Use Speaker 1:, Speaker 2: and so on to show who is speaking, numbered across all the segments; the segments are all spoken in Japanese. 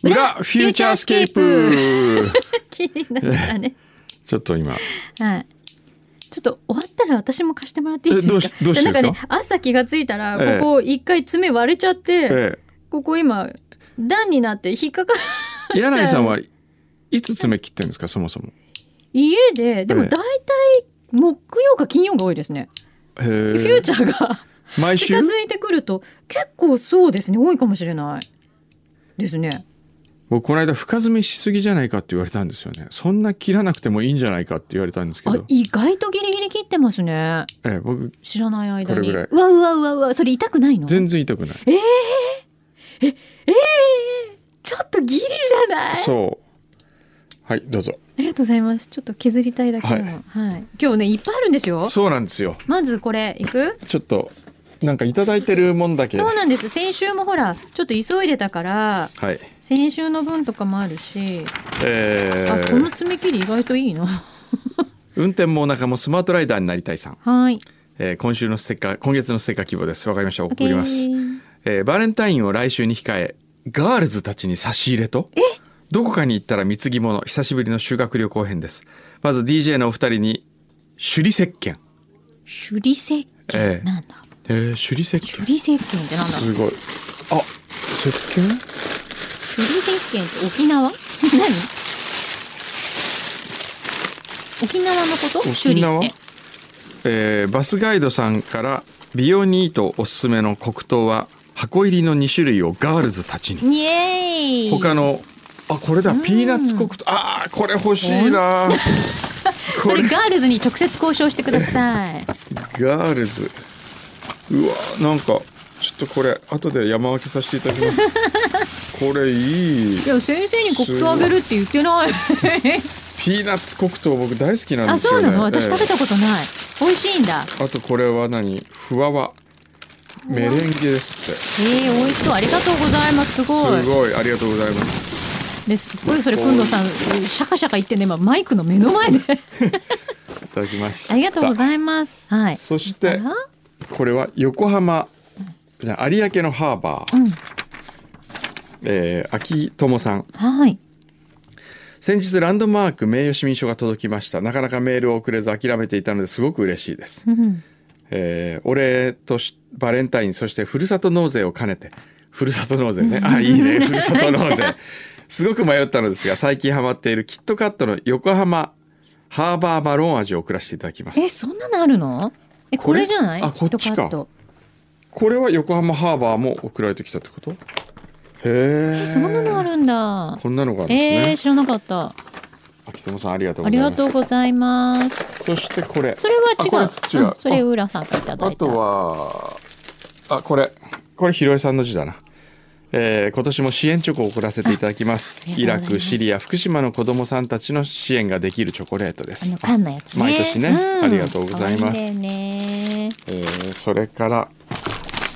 Speaker 1: フューチャースケープ
Speaker 2: 気になったね。
Speaker 1: ちょっと今
Speaker 2: はい。ちょっと終わったら私も貸してもらっていい
Speaker 1: えどう
Speaker 2: で
Speaker 1: し
Speaker 2: すか
Speaker 1: どうしてですか
Speaker 2: なんかね、朝気がついたら、
Speaker 1: ええ
Speaker 2: ここ一回爪割れちゃって、
Speaker 1: え
Speaker 2: ここ今、段になって引っかかる。
Speaker 1: え柳井さんはいつ爪切ってんですかそもそも
Speaker 2: 家で、でも
Speaker 1: ええ
Speaker 2: 大体木曜か金曜が多いですね。
Speaker 1: へえ
Speaker 2: フューチャーが
Speaker 1: 毎週
Speaker 2: 近づいてくると、結構そうですね、多いかもしれない。ですね。
Speaker 1: 僕この間深爪しすぎじゃないかって言われたんですよねそんな切らなくてもいいんじゃないかって言われたんですけ
Speaker 2: あ
Speaker 1: ど、
Speaker 2: 意外とギリギリ切ってますね。
Speaker 1: ええ、僕
Speaker 2: 知らない間
Speaker 1: これ
Speaker 2: に。
Speaker 1: ぐらいう
Speaker 2: わうわうわうわ、それ痛くないの
Speaker 1: 全然痛くない
Speaker 2: ちょっとギリじゃない
Speaker 1: そうはいどうぞ
Speaker 2: ありがとうございます。ちょっと削りたいだけの。
Speaker 1: は
Speaker 2: はいい。今日ね、いっぱいあるんですよ。
Speaker 1: そうなんですよ
Speaker 2: まずこれ、いく
Speaker 1: ちょっとなんかいただいてるもんだけ
Speaker 2: そうなんです。先週もほら、ちょっと急いでたから、
Speaker 1: はい
Speaker 2: 先週の分とかもあるし、
Speaker 1: え
Speaker 2: あ、この
Speaker 1: ー、
Speaker 2: 爪切り意外といいな。
Speaker 1: 運転もお腹もスマートライダーになりたいさん、
Speaker 2: はい。
Speaker 1: えー今週のステッカー今月のステッカー希望ですわかりました送
Speaker 2: OK
Speaker 1: ります、えーバレンタインを来週に控えガールズたちに差し入れとどこかに行ったら貢ぎ物久しぶりの修学旅行編ですまず DJ のお二人に首里石鹸
Speaker 2: 手裏石鹸、
Speaker 1: ええ
Speaker 2: なんだ
Speaker 1: えー、首里石
Speaker 2: 手
Speaker 1: 鹸
Speaker 2: 裏石鹸ってなんだ手裏
Speaker 1: すごいあ石鹸
Speaker 2: 石鹸って沖縄 何沖縄のこと
Speaker 1: 沖縄
Speaker 2: 手裏って
Speaker 1: えーバスガイドさんから美容にいいとおすすめの黒糖は箱入りの2種類をガールズたちに
Speaker 2: イエーイ
Speaker 1: 他のあこれだピーナッツ黒糖あーこれ欲しいな
Speaker 2: そ
Speaker 1: こ
Speaker 2: れ
Speaker 1: れ
Speaker 2: ガールズに直接交渉してく ださい。
Speaker 1: ガールズうわーなんかちょっとこれ後で山分けさせていただきます これいい
Speaker 2: いや先生に黒糖あげるって言ってない。
Speaker 1: ピーナッツ黒糖僕大好きなん
Speaker 2: あ
Speaker 1: ですよ
Speaker 2: そ
Speaker 1: ね
Speaker 2: うなの私食べ
Speaker 1: え
Speaker 2: たことない。美味しいんだ。
Speaker 1: えあとこれは何ふわわメレンゲですっ
Speaker 2: えー、美味しそうありがとうございますすご
Speaker 1: て
Speaker 2: い。
Speaker 1: すごいありがとうございます
Speaker 2: ですっごいそれくんどうさんシャカシャカ言ってね今マイクの目の前で。
Speaker 1: いただきました
Speaker 2: ありがとうございます。はい。
Speaker 1: そし
Speaker 2: あ
Speaker 1: て
Speaker 2: ら
Speaker 1: これは横浜じゃあ有明のハーバー、
Speaker 2: うん
Speaker 1: えー秋友さん
Speaker 2: はい。
Speaker 1: 先日ランドマーク名誉市民賞が届きましたなかなかメールを送れず諦めていたのですごく嬉しいです、
Speaker 2: うん
Speaker 1: えーお礼としバレンタインそしてふるさと納税を兼ねてふるさと納税ねあいい ねふるさと納税すごく迷ったのですが最近ハマっているキットカットの横浜ハーバーマロン味を送らせていただきます
Speaker 2: えそんなのあるの？えこ
Speaker 1: これ
Speaker 2: れじゃない？
Speaker 1: あこっちか
Speaker 2: キットカット
Speaker 1: これは横浜ハーバーも送られてきたってことへえ
Speaker 2: えそんなのあるんだ。
Speaker 1: こんなのがあるんです
Speaker 2: え
Speaker 1: ね
Speaker 2: ー、知らなかった。
Speaker 1: 秋友さんありがとうご
Speaker 2: あ
Speaker 1: ざ
Speaker 2: り
Speaker 1: い
Speaker 2: が
Speaker 1: ます
Speaker 2: とうございます。
Speaker 1: そしてこれ
Speaker 2: それは違
Speaker 1: あこれ違う
Speaker 2: う。うんそれ浦さんからいただいた。
Speaker 1: あとはあこれこれひろえさんの字だな、えー今年も支援チョコを送らせていただきます
Speaker 2: ああり
Speaker 1: イ
Speaker 2: がとう
Speaker 1: ラ
Speaker 2: ございます
Speaker 1: クシリア福島の子どもさんたちの支援ができるチョコレートで
Speaker 2: あ
Speaker 1: す
Speaker 2: の缶のやつね。
Speaker 1: 毎年ねありがとうございます
Speaker 2: 可愛んだよね。
Speaker 1: えーそれから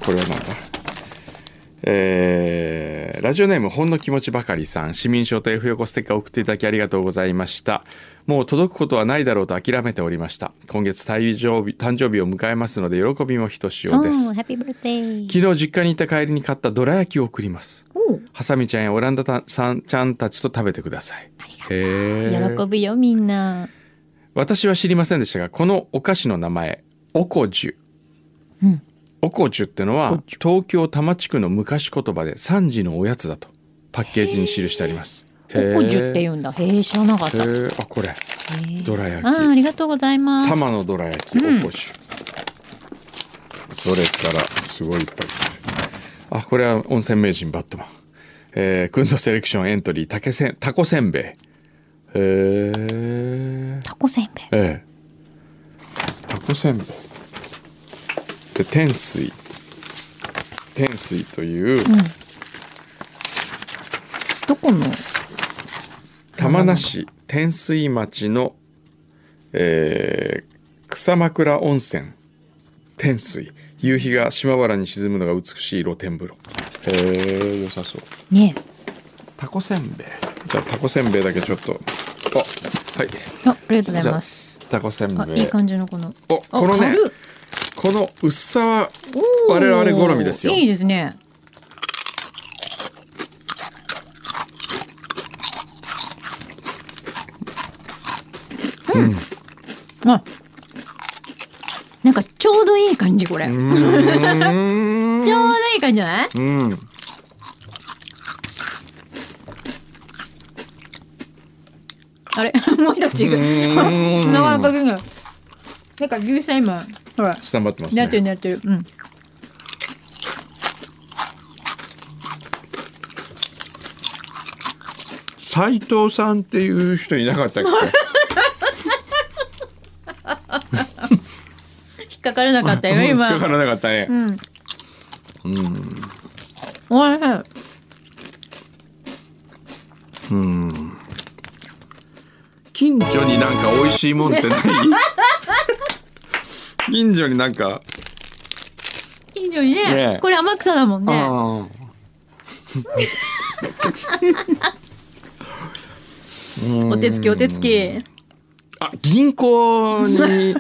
Speaker 1: これはなんだえーラジオネームほんの気持ちばかりさん市民賞と F 横ステッカーを送っていただきありがとうございましたもう届くことはないだろうと諦めておりました今月誕生日誕生日を迎えますので喜びもひとし
Speaker 2: お
Speaker 1: おです
Speaker 2: ー、ハッピーバースデー。
Speaker 1: 昨日実家にいた帰りに買ったどら焼きを送ります
Speaker 2: おー
Speaker 1: ハサミちゃんやオランダたさんちゃんたちと食べてください
Speaker 2: ありがとう
Speaker 1: へえ
Speaker 2: 喜ぶよみんな。
Speaker 1: 私は知りませんでしたがこのお菓子の名前おこじゅ、
Speaker 2: うん
Speaker 1: おこじゅってのは東京多摩地区の昔言葉で3時のおやつだとパッケージに記してあります
Speaker 2: おこじゅっ
Speaker 1: う
Speaker 2: て言うんだ。へえ、知らなかった。へ
Speaker 1: あこれ
Speaker 2: ー
Speaker 1: どら焼き
Speaker 2: あー、ありがとうございます。
Speaker 1: 玉のどら焼きおこじゅ、
Speaker 2: うん
Speaker 1: それからすごいいっぱいあこれは温泉名人バットマンえー、くんのセレクションエントリーたけせんたこせんべいへえ
Speaker 2: タコせんべい。
Speaker 1: ええタコせんべいで天水天水という
Speaker 2: どこの
Speaker 1: 玉名市天水町の、えー草枕温泉天水夕日が島原に沈むのが美しい露天風呂へえ良さそう
Speaker 2: ね
Speaker 1: タコせんべいじゃあタコせんべいだけちょっとあはい
Speaker 2: え。あ、ありがとうございます。
Speaker 1: タコせんべ
Speaker 2: あ、いい感じのこの。
Speaker 1: お
Speaker 2: あ
Speaker 1: このね
Speaker 2: 軽っ
Speaker 1: この薄さは
Speaker 2: おー
Speaker 1: 我々好みですよ
Speaker 2: いいですね。あなんかちょうどいい感じこれ、
Speaker 1: う
Speaker 2: ちょ
Speaker 1: ーん
Speaker 2: うどいい感じじゃない
Speaker 1: うん。
Speaker 2: あれ もう一口いく
Speaker 1: うん
Speaker 2: 柔らかくなるなんか牛さん今ほら
Speaker 1: スタンバってます
Speaker 2: なってる
Speaker 1: ね。
Speaker 2: なってるうん
Speaker 1: 斉藤さんっていう人いなかったっ け？
Speaker 2: 引っかからなかったよ
Speaker 1: うん 引っ
Speaker 2: 今
Speaker 1: かからなかったね
Speaker 2: う。んうんおいしい
Speaker 1: 近所になんか美味しいもんってない？近所になんか。
Speaker 2: 近所にね
Speaker 1: ねえ
Speaker 2: これ天草だもんね
Speaker 1: あ
Speaker 2: お手つきお手つき
Speaker 1: ああ銀行 に。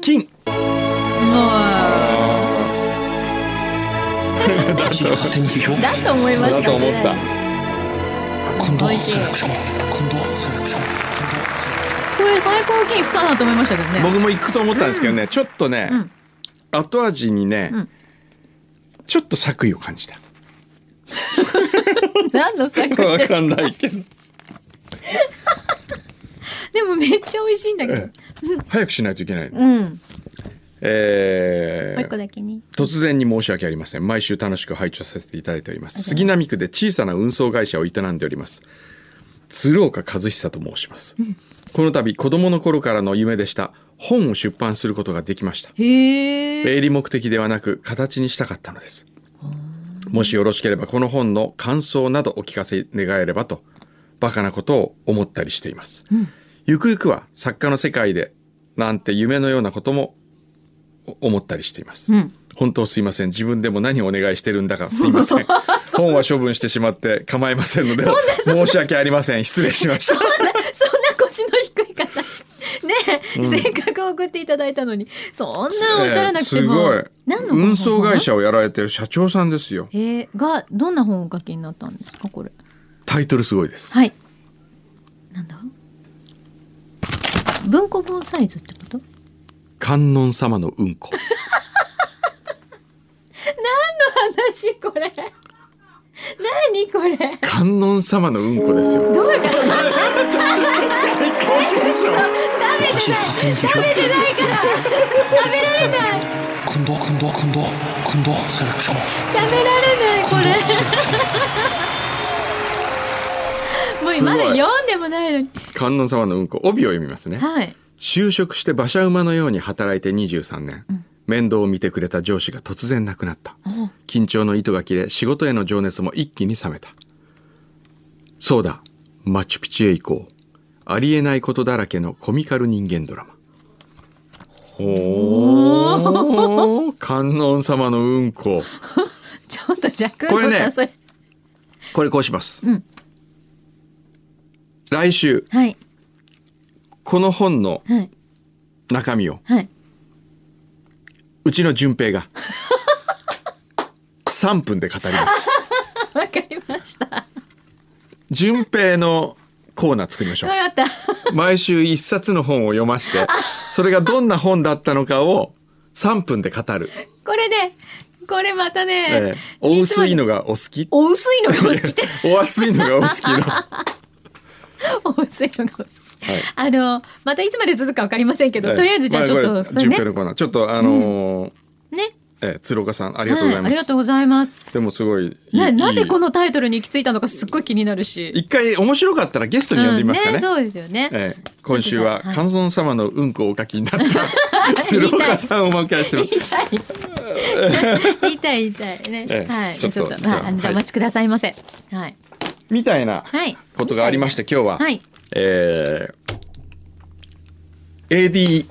Speaker 1: 金。
Speaker 2: もう
Speaker 3: 私が勝手に批評
Speaker 2: だと思いま
Speaker 1: だ
Speaker 2: す
Speaker 1: と思った。
Speaker 3: 今度
Speaker 2: おいしい
Speaker 3: セレクション今度セレクション今度セレクション
Speaker 2: これ最高金いくかなと思いましたけどね
Speaker 1: 僕も行くと思ったんですけどね、ちょっとね、
Speaker 2: うん
Speaker 1: 後味にね、
Speaker 2: うん
Speaker 1: ちょっと作為を感じ た。
Speaker 2: 何の作品
Speaker 1: わかんないけど。
Speaker 2: でもめっちゃ美味しいんだけど
Speaker 1: ええ早くしないといけない。
Speaker 2: うん
Speaker 1: え
Speaker 2: もう一個
Speaker 1: ー
Speaker 2: だけに
Speaker 1: 突然に申し訳ありません。毎週楽しく拝聴させていただいております。杉並区で小さな運送会社を営んでおります。鶴岡和久と申します。この度、子供の頃からの夢でした本を出版することができました。
Speaker 2: へえ
Speaker 1: 営利目的ではなく形にしたかったのですもしよろしければこの本の感想などお聞かせ願えればとバカなことを思ったりしています、ゆくゆくは作家の世界でなんて夢のようなことも思ったりしています、
Speaker 2: うん
Speaker 1: 本当すいません自分でも何をお願いしてるんだかすいませ ん本は処分してしまって構いませんので申し訳ありません失礼しました
Speaker 2: そんな腰の低い方 ねえ、せっかく送っていただいたのにそんなおっしゃらなくても、
Speaker 1: ええす
Speaker 2: 何の
Speaker 1: ごい
Speaker 2: 本
Speaker 1: 運送会社をやられてる社長さんですよ
Speaker 2: えー、がどんな本をお書きになったんですかこれ
Speaker 1: タイトルすごいです
Speaker 2: はいなんだ文庫本サイズってこと
Speaker 1: 観音様のうんこ
Speaker 2: 私これ何これ
Speaker 1: 観音様のうんこですよ
Speaker 2: どういうこと
Speaker 1: 最高でし ょ
Speaker 3: 私が勝手に批評
Speaker 2: 食べてないから食べられない
Speaker 3: 今度今度今度今度セレクション
Speaker 2: 食べられないこれもう
Speaker 1: すご
Speaker 2: ま
Speaker 1: い
Speaker 2: だ読んでもないのに
Speaker 1: 観音様のうんこ帯を読みますね
Speaker 2: はい
Speaker 1: 就職して馬車馬のように働いて23年、面倒を見てくれた上司が突然亡くなった
Speaker 2: お
Speaker 1: 緊張の糸が切れ仕事への情熱も一気に冷めたそうだマチュピチュへ行こうありえないことだらけのコミカル人間ドラマほー観音様のうんこ
Speaker 2: ちょっとジャック
Speaker 1: これね
Speaker 2: さんそれ
Speaker 1: これこうします、
Speaker 2: うん
Speaker 1: 来週
Speaker 2: はい
Speaker 1: この本の
Speaker 2: はい
Speaker 1: 中身を
Speaker 2: はいう
Speaker 1: ちの順平 が3分で語ります
Speaker 2: わかりましたわ
Speaker 1: 順平のコーナー作りましょ
Speaker 2: かった
Speaker 1: う毎週一冊の本を読ましてそれがどんな本だったのかを3分で語る、
Speaker 2: これねこれまた
Speaker 1: えー
Speaker 2: ね、
Speaker 1: お薄いのがお好き
Speaker 2: お薄いのがお好きって
Speaker 1: お厚いのがお好きの
Speaker 2: お薄いのがお好きあのまたいつまで続くかわかりませんけど、とりあえずじゃあちょっ
Speaker 1: ま
Speaker 2: と
Speaker 1: あこ
Speaker 2: そ
Speaker 1: れ
Speaker 2: れ
Speaker 1: 順
Speaker 2: ね
Speaker 1: 平のコーナーちょっとあのー
Speaker 2: ね
Speaker 1: えー鶴岡さんありがとうご
Speaker 2: はい
Speaker 1: ざい
Speaker 2: あ
Speaker 1: ま
Speaker 2: りが
Speaker 1: す、
Speaker 2: とうございます
Speaker 1: でもすごいいい
Speaker 2: ななぜこ
Speaker 1: の
Speaker 2: のタイトルに行き着いたのかすっごい気になるし
Speaker 1: 一回面白かったらゲストに呼んでみますかね,、
Speaker 2: うん、ねそうですよね、
Speaker 1: ええ、今週は
Speaker 2: はい
Speaker 1: 観音様のうんこをお書きになった鶴岡さんをお迎えしてます。
Speaker 2: 言いたい言いたいね、
Speaker 1: ええ
Speaker 2: はい
Speaker 1: ち
Speaker 2: ち
Speaker 1: ょ
Speaker 2: ょ
Speaker 1: っ
Speaker 2: っ
Speaker 1: と
Speaker 2: と
Speaker 1: じゃあ
Speaker 2: はいあのじゃあお
Speaker 1: はい
Speaker 2: 待ちくださいませはい
Speaker 1: みたいな
Speaker 2: はい
Speaker 1: ことがありまして今日は、
Speaker 2: はい
Speaker 1: えー AD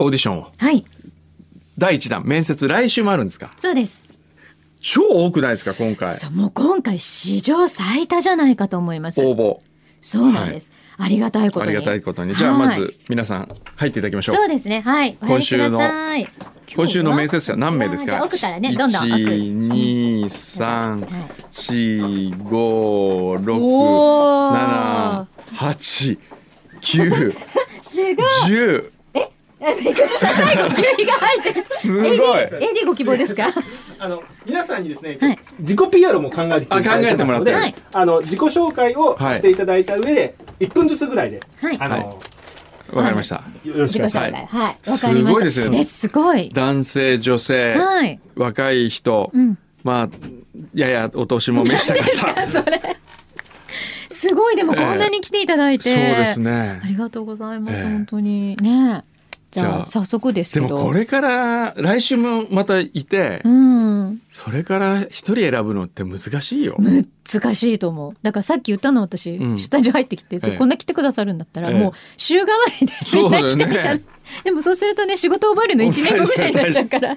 Speaker 1: オーディションを
Speaker 2: はい
Speaker 1: 第1弾面接来週もあるんですか
Speaker 2: そうです
Speaker 1: 超多くないですか今回
Speaker 2: そうもう今回史上最多じゃないかと思います
Speaker 1: 応募
Speaker 2: そうなんです、ありがたいこと
Speaker 1: あ
Speaker 2: に
Speaker 1: りがたいことにじゃあま
Speaker 2: はい
Speaker 1: ず皆さん入っていただきましょう
Speaker 2: そうですねはいお入
Speaker 1: 今
Speaker 2: りく
Speaker 1: 週
Speaker 2: だ
Speaker 1: の
Speaker 2: さい
Speaker 1: 今週の面接者何名です
Speaker 2: じゃあ
Speaker 1: か
Speaker 2: 奥からねどんどん奥
Speaker 1: 1 2
Speaker 2: は
Speaker 1: 3
Speaker 2: い
Speaker 1: 4 5 6
Speaker 2: おー
Speaker 1: 7 8 9
Speaker 2: すごい
Speaker 1: 10
Speaker 2: えびっくりした最後キュウリが入ってる
Speaker 1: すごい
Speaker 2: AD, AD ご希望ですか
Speaker 4: あの皆さんにですね、
Speaker 2: はい
Speaker 4: 自己 PR も考えてきていただいてますので、
Speaker 2: あ考えてもらって
Speaker 4: あの自己紹介をしていただいた上で、1分ずつぐらいで、
Speaker 2: はい
Speaker 4: あの、
Speaker 1: はわかりました
Speaker 4: よろし
Speaker 2: 自
Speaker 4: く
Speaker 2: 己
Speaker 4: お願いし
Speaker 2: 紹
Speaker 4: ます。
Speaker 2: 介はいわ、かりまし
Speaker 1: す
Speaker 2: た
Speaker 1: ごいですね
Speaker 2: えすごい
Speaker 1: 男性女性
Speaker 2: はい
Speaker 1: 若い人
Speaker 2: うん
Speaker 1: まあややお年も召した 方
Speaker 2: それすごいでもこんなに来ていただいて、
Speaker 1: そうです
Speaker 2: あ
Speaker 1: ね
Speaker 2: りがとうございます、
Speaker 1: ええ
Speaker 2: 本当にねじ
Speaker 1: じ
Speaker 2: ゃ
Speaker 1: ゃ
Speaker 2: あ
Speaker 1: あ
Speaker 2: 早速ですけ
Speaker 1: で
Speaker 2: ど
Speaker 1: もこれから来週もまたいて
Speaker 2: うん
Speaker 1: それから一人選ぶのって難しいよ
Speaker 2: 難しいと思うだからさっき言ったの私、
Speaker 1: うん
Speaker 2: スタジオ入ってきて、
Speaker 1: ええ
Speaker 2: こんな来てくださるんだったら、
Speaker 1: ええ
Speaker 2: もう週替わりでみんな来てみた
Speaker 1: そうだ
Speaker 2: ら、
Speaker 1: よね
Speaker 2: でもそうするとね仕事覚えるの1年後ぐらいになっちゃうから、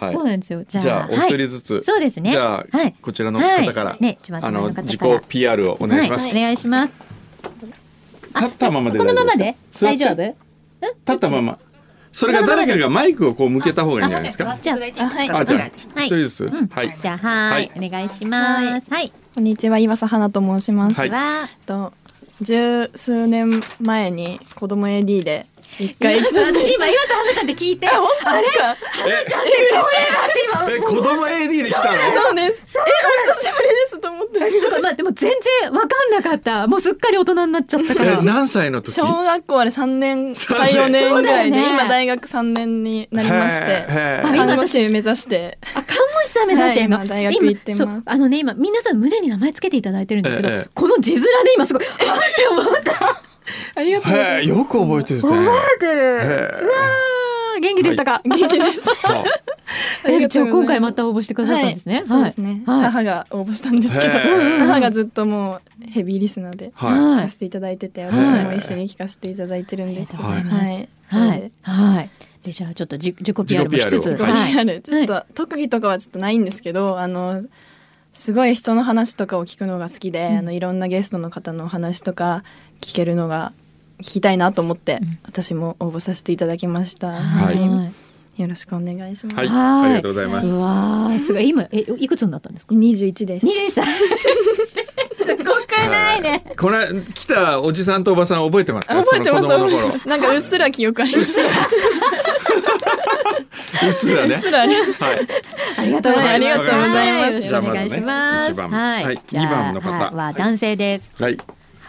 Speaker 1: はい
Speaker 2: そうなんですよじゃあ
Speaker 1: じゃあお一
Speaker 2: は
Speaker 1: 人
Speaker 2: い
Speaker 1: ずつ、
Speaker 2: そうですね
Speaker 1: じゃあ、
Speaker 2: はい
Speaker 1: こちらの方から、
Speaker 2: はいね一番手
Speaker 1: あ
Speaker 2: 前
Speaker 1: の
Speaker 2: の方から
Speaker 1: 自己 PR をお願いします、
Speaker 2: はい、お願いします
Speaker 1: 立ったままで
Speaker 2: このままで
Speaker 1: 大
Speaker 2: 大
Speaker 1: 丈夫
Speaker 2: 丈夫ん
Speaker 1: 立ったままそれが誰かがマイクをこう向けた方がいいんじゃないですか
Speaker 2: じゃああはい
Speaker 1: あじゃあ
Speaker 2: はい
Speaker 1: 一人ずつ
Speaker 2: うん
Speaker 1: はい
Speaker 2: じゃあはい、
Speaker 1: は
Speaker 2: お願いしますはい、
Speaker 5: こんにちは岩佐花と申します。
Speaker 1: はい
Speaker 5: え
Speaker 2: は
Speaker 5: っと十数年前に子供 AD で一
Speaker 2: 今
Speaker 5: 回
Speaker 2: 私今岩田花ちゃんって聞いてあれ
Speaker 5: か
Speaker 2: 花ちゃんってそうだって
Speaker 1: え
Speaker 2: 今
Speaker 1: 子供 AD で来たの
Speaker 5: そうです。えお久しぶりですと思って。
Speaker 2: すごいまあでも全然わかんなかったもうすっかり大人になっちゃったから
Speaker 1: え何歳の時
Speaker 5: 小学校あれ三年か四年ぐらいで、
Speaker 2: そうだよね
Speaker 5: 今大学三年になりまし
Speaker 1: へ
Speaker 5: て
Speaker 1: えへえ
Speaker 2: あ今
Speaker 5: 看護師目指して
Speaker 2: あ看護師さん目指してんの、
Speaker 5: はい今大学行ってます
Speaker 2: 今そうあのね今皆さん胸に名前つけていただいてるんだけど、
Speaker 1: ええ
Speaker 2: この字面で今すごい あって思った
Speaker 5: ありがとうござ
Speaker 1: へえ
Speaker 5: いま
Speaker 1: よく覚えてるね
Speaker 2: てる
Speaker 1: へえ
Speaker 2: 元気でしたか、
Speaker 5: す。元気です。
Speaker 1: あ
Speaker 5: あり
Speaker 2: え
Speaker 5: が
Speaker 2: じ
Speaker 5: と
Speaker 2: ゃ
Speaker 5: う
Speaker 2: あ
Speaker 5: ございます
Speaker 2: 今回また応募してくださったんですね、
Speaker 5: そうですね。
Speaker 2: はい
Speaker 5: 母が応募したんですけど、
Speaker 1: へー
Speaker 5: 母がずっともうヘビーリスナーで。
Speaker 1: はい
Speaker 2: はい
Speaker 5: 聞かせていただいてて、私も一緒に聞かせていただいてるんですけど、
Speaker 1: はい
Speaker 2: ありがとうございます
Speaker 5: はい
Speaker 2: は
Speaker 5: それ
Speaker 2: い
Speaker 5: で
Speaker 2: はいでじゃあちょっと自自己 PR もしつつ
Speaker 1: 自己 PR を
Speaker 2: はい
Speaker 5: あるちょっ
Speaker 2: は
Speaker 5: と特技とかはちょっとないんですけどあのすごい人の話とかを聞くのが好きで、あのいろんなゲストの方のお話とか聞けるのが聞きたいなと思って、私も応募させていただきました、
Speaker 1: はい
Speaker 5: よろしくお願いします、
Speaker 1: はい
Speaker 2: はい
Speaker 1: ありがとうございます
Speaker 2: うわーすごい今えいくつになったんですか
Speaker 5: 21です
Speaker 2: 二 十歳すごくないね
Speaker 1: これ来たおじさんとおばさん覚えてますか
Speaker 5: 覚えてます
Speaker 1: その子供の頃
Speaker 5: 覚えてますなんかうっすら記憶あります
Speaker 1: うっすら
Speaker 5: うっ
Speaker 1: ね
Speaker 5: すらあります
Speaker 1: はい
Speaker 2: ありがとうございます。
Speaker 1: はいありがとうございます
Speaker 2: はよろしくお願いします。
Speaker 1: じゃあまずね一番
Speaker 2: はい、
Speaker 1: はい
Speaker 2: じゃあ
Speaker 1: 二番の方
Speaker 2: はいは男性です。
Speaker 1: はい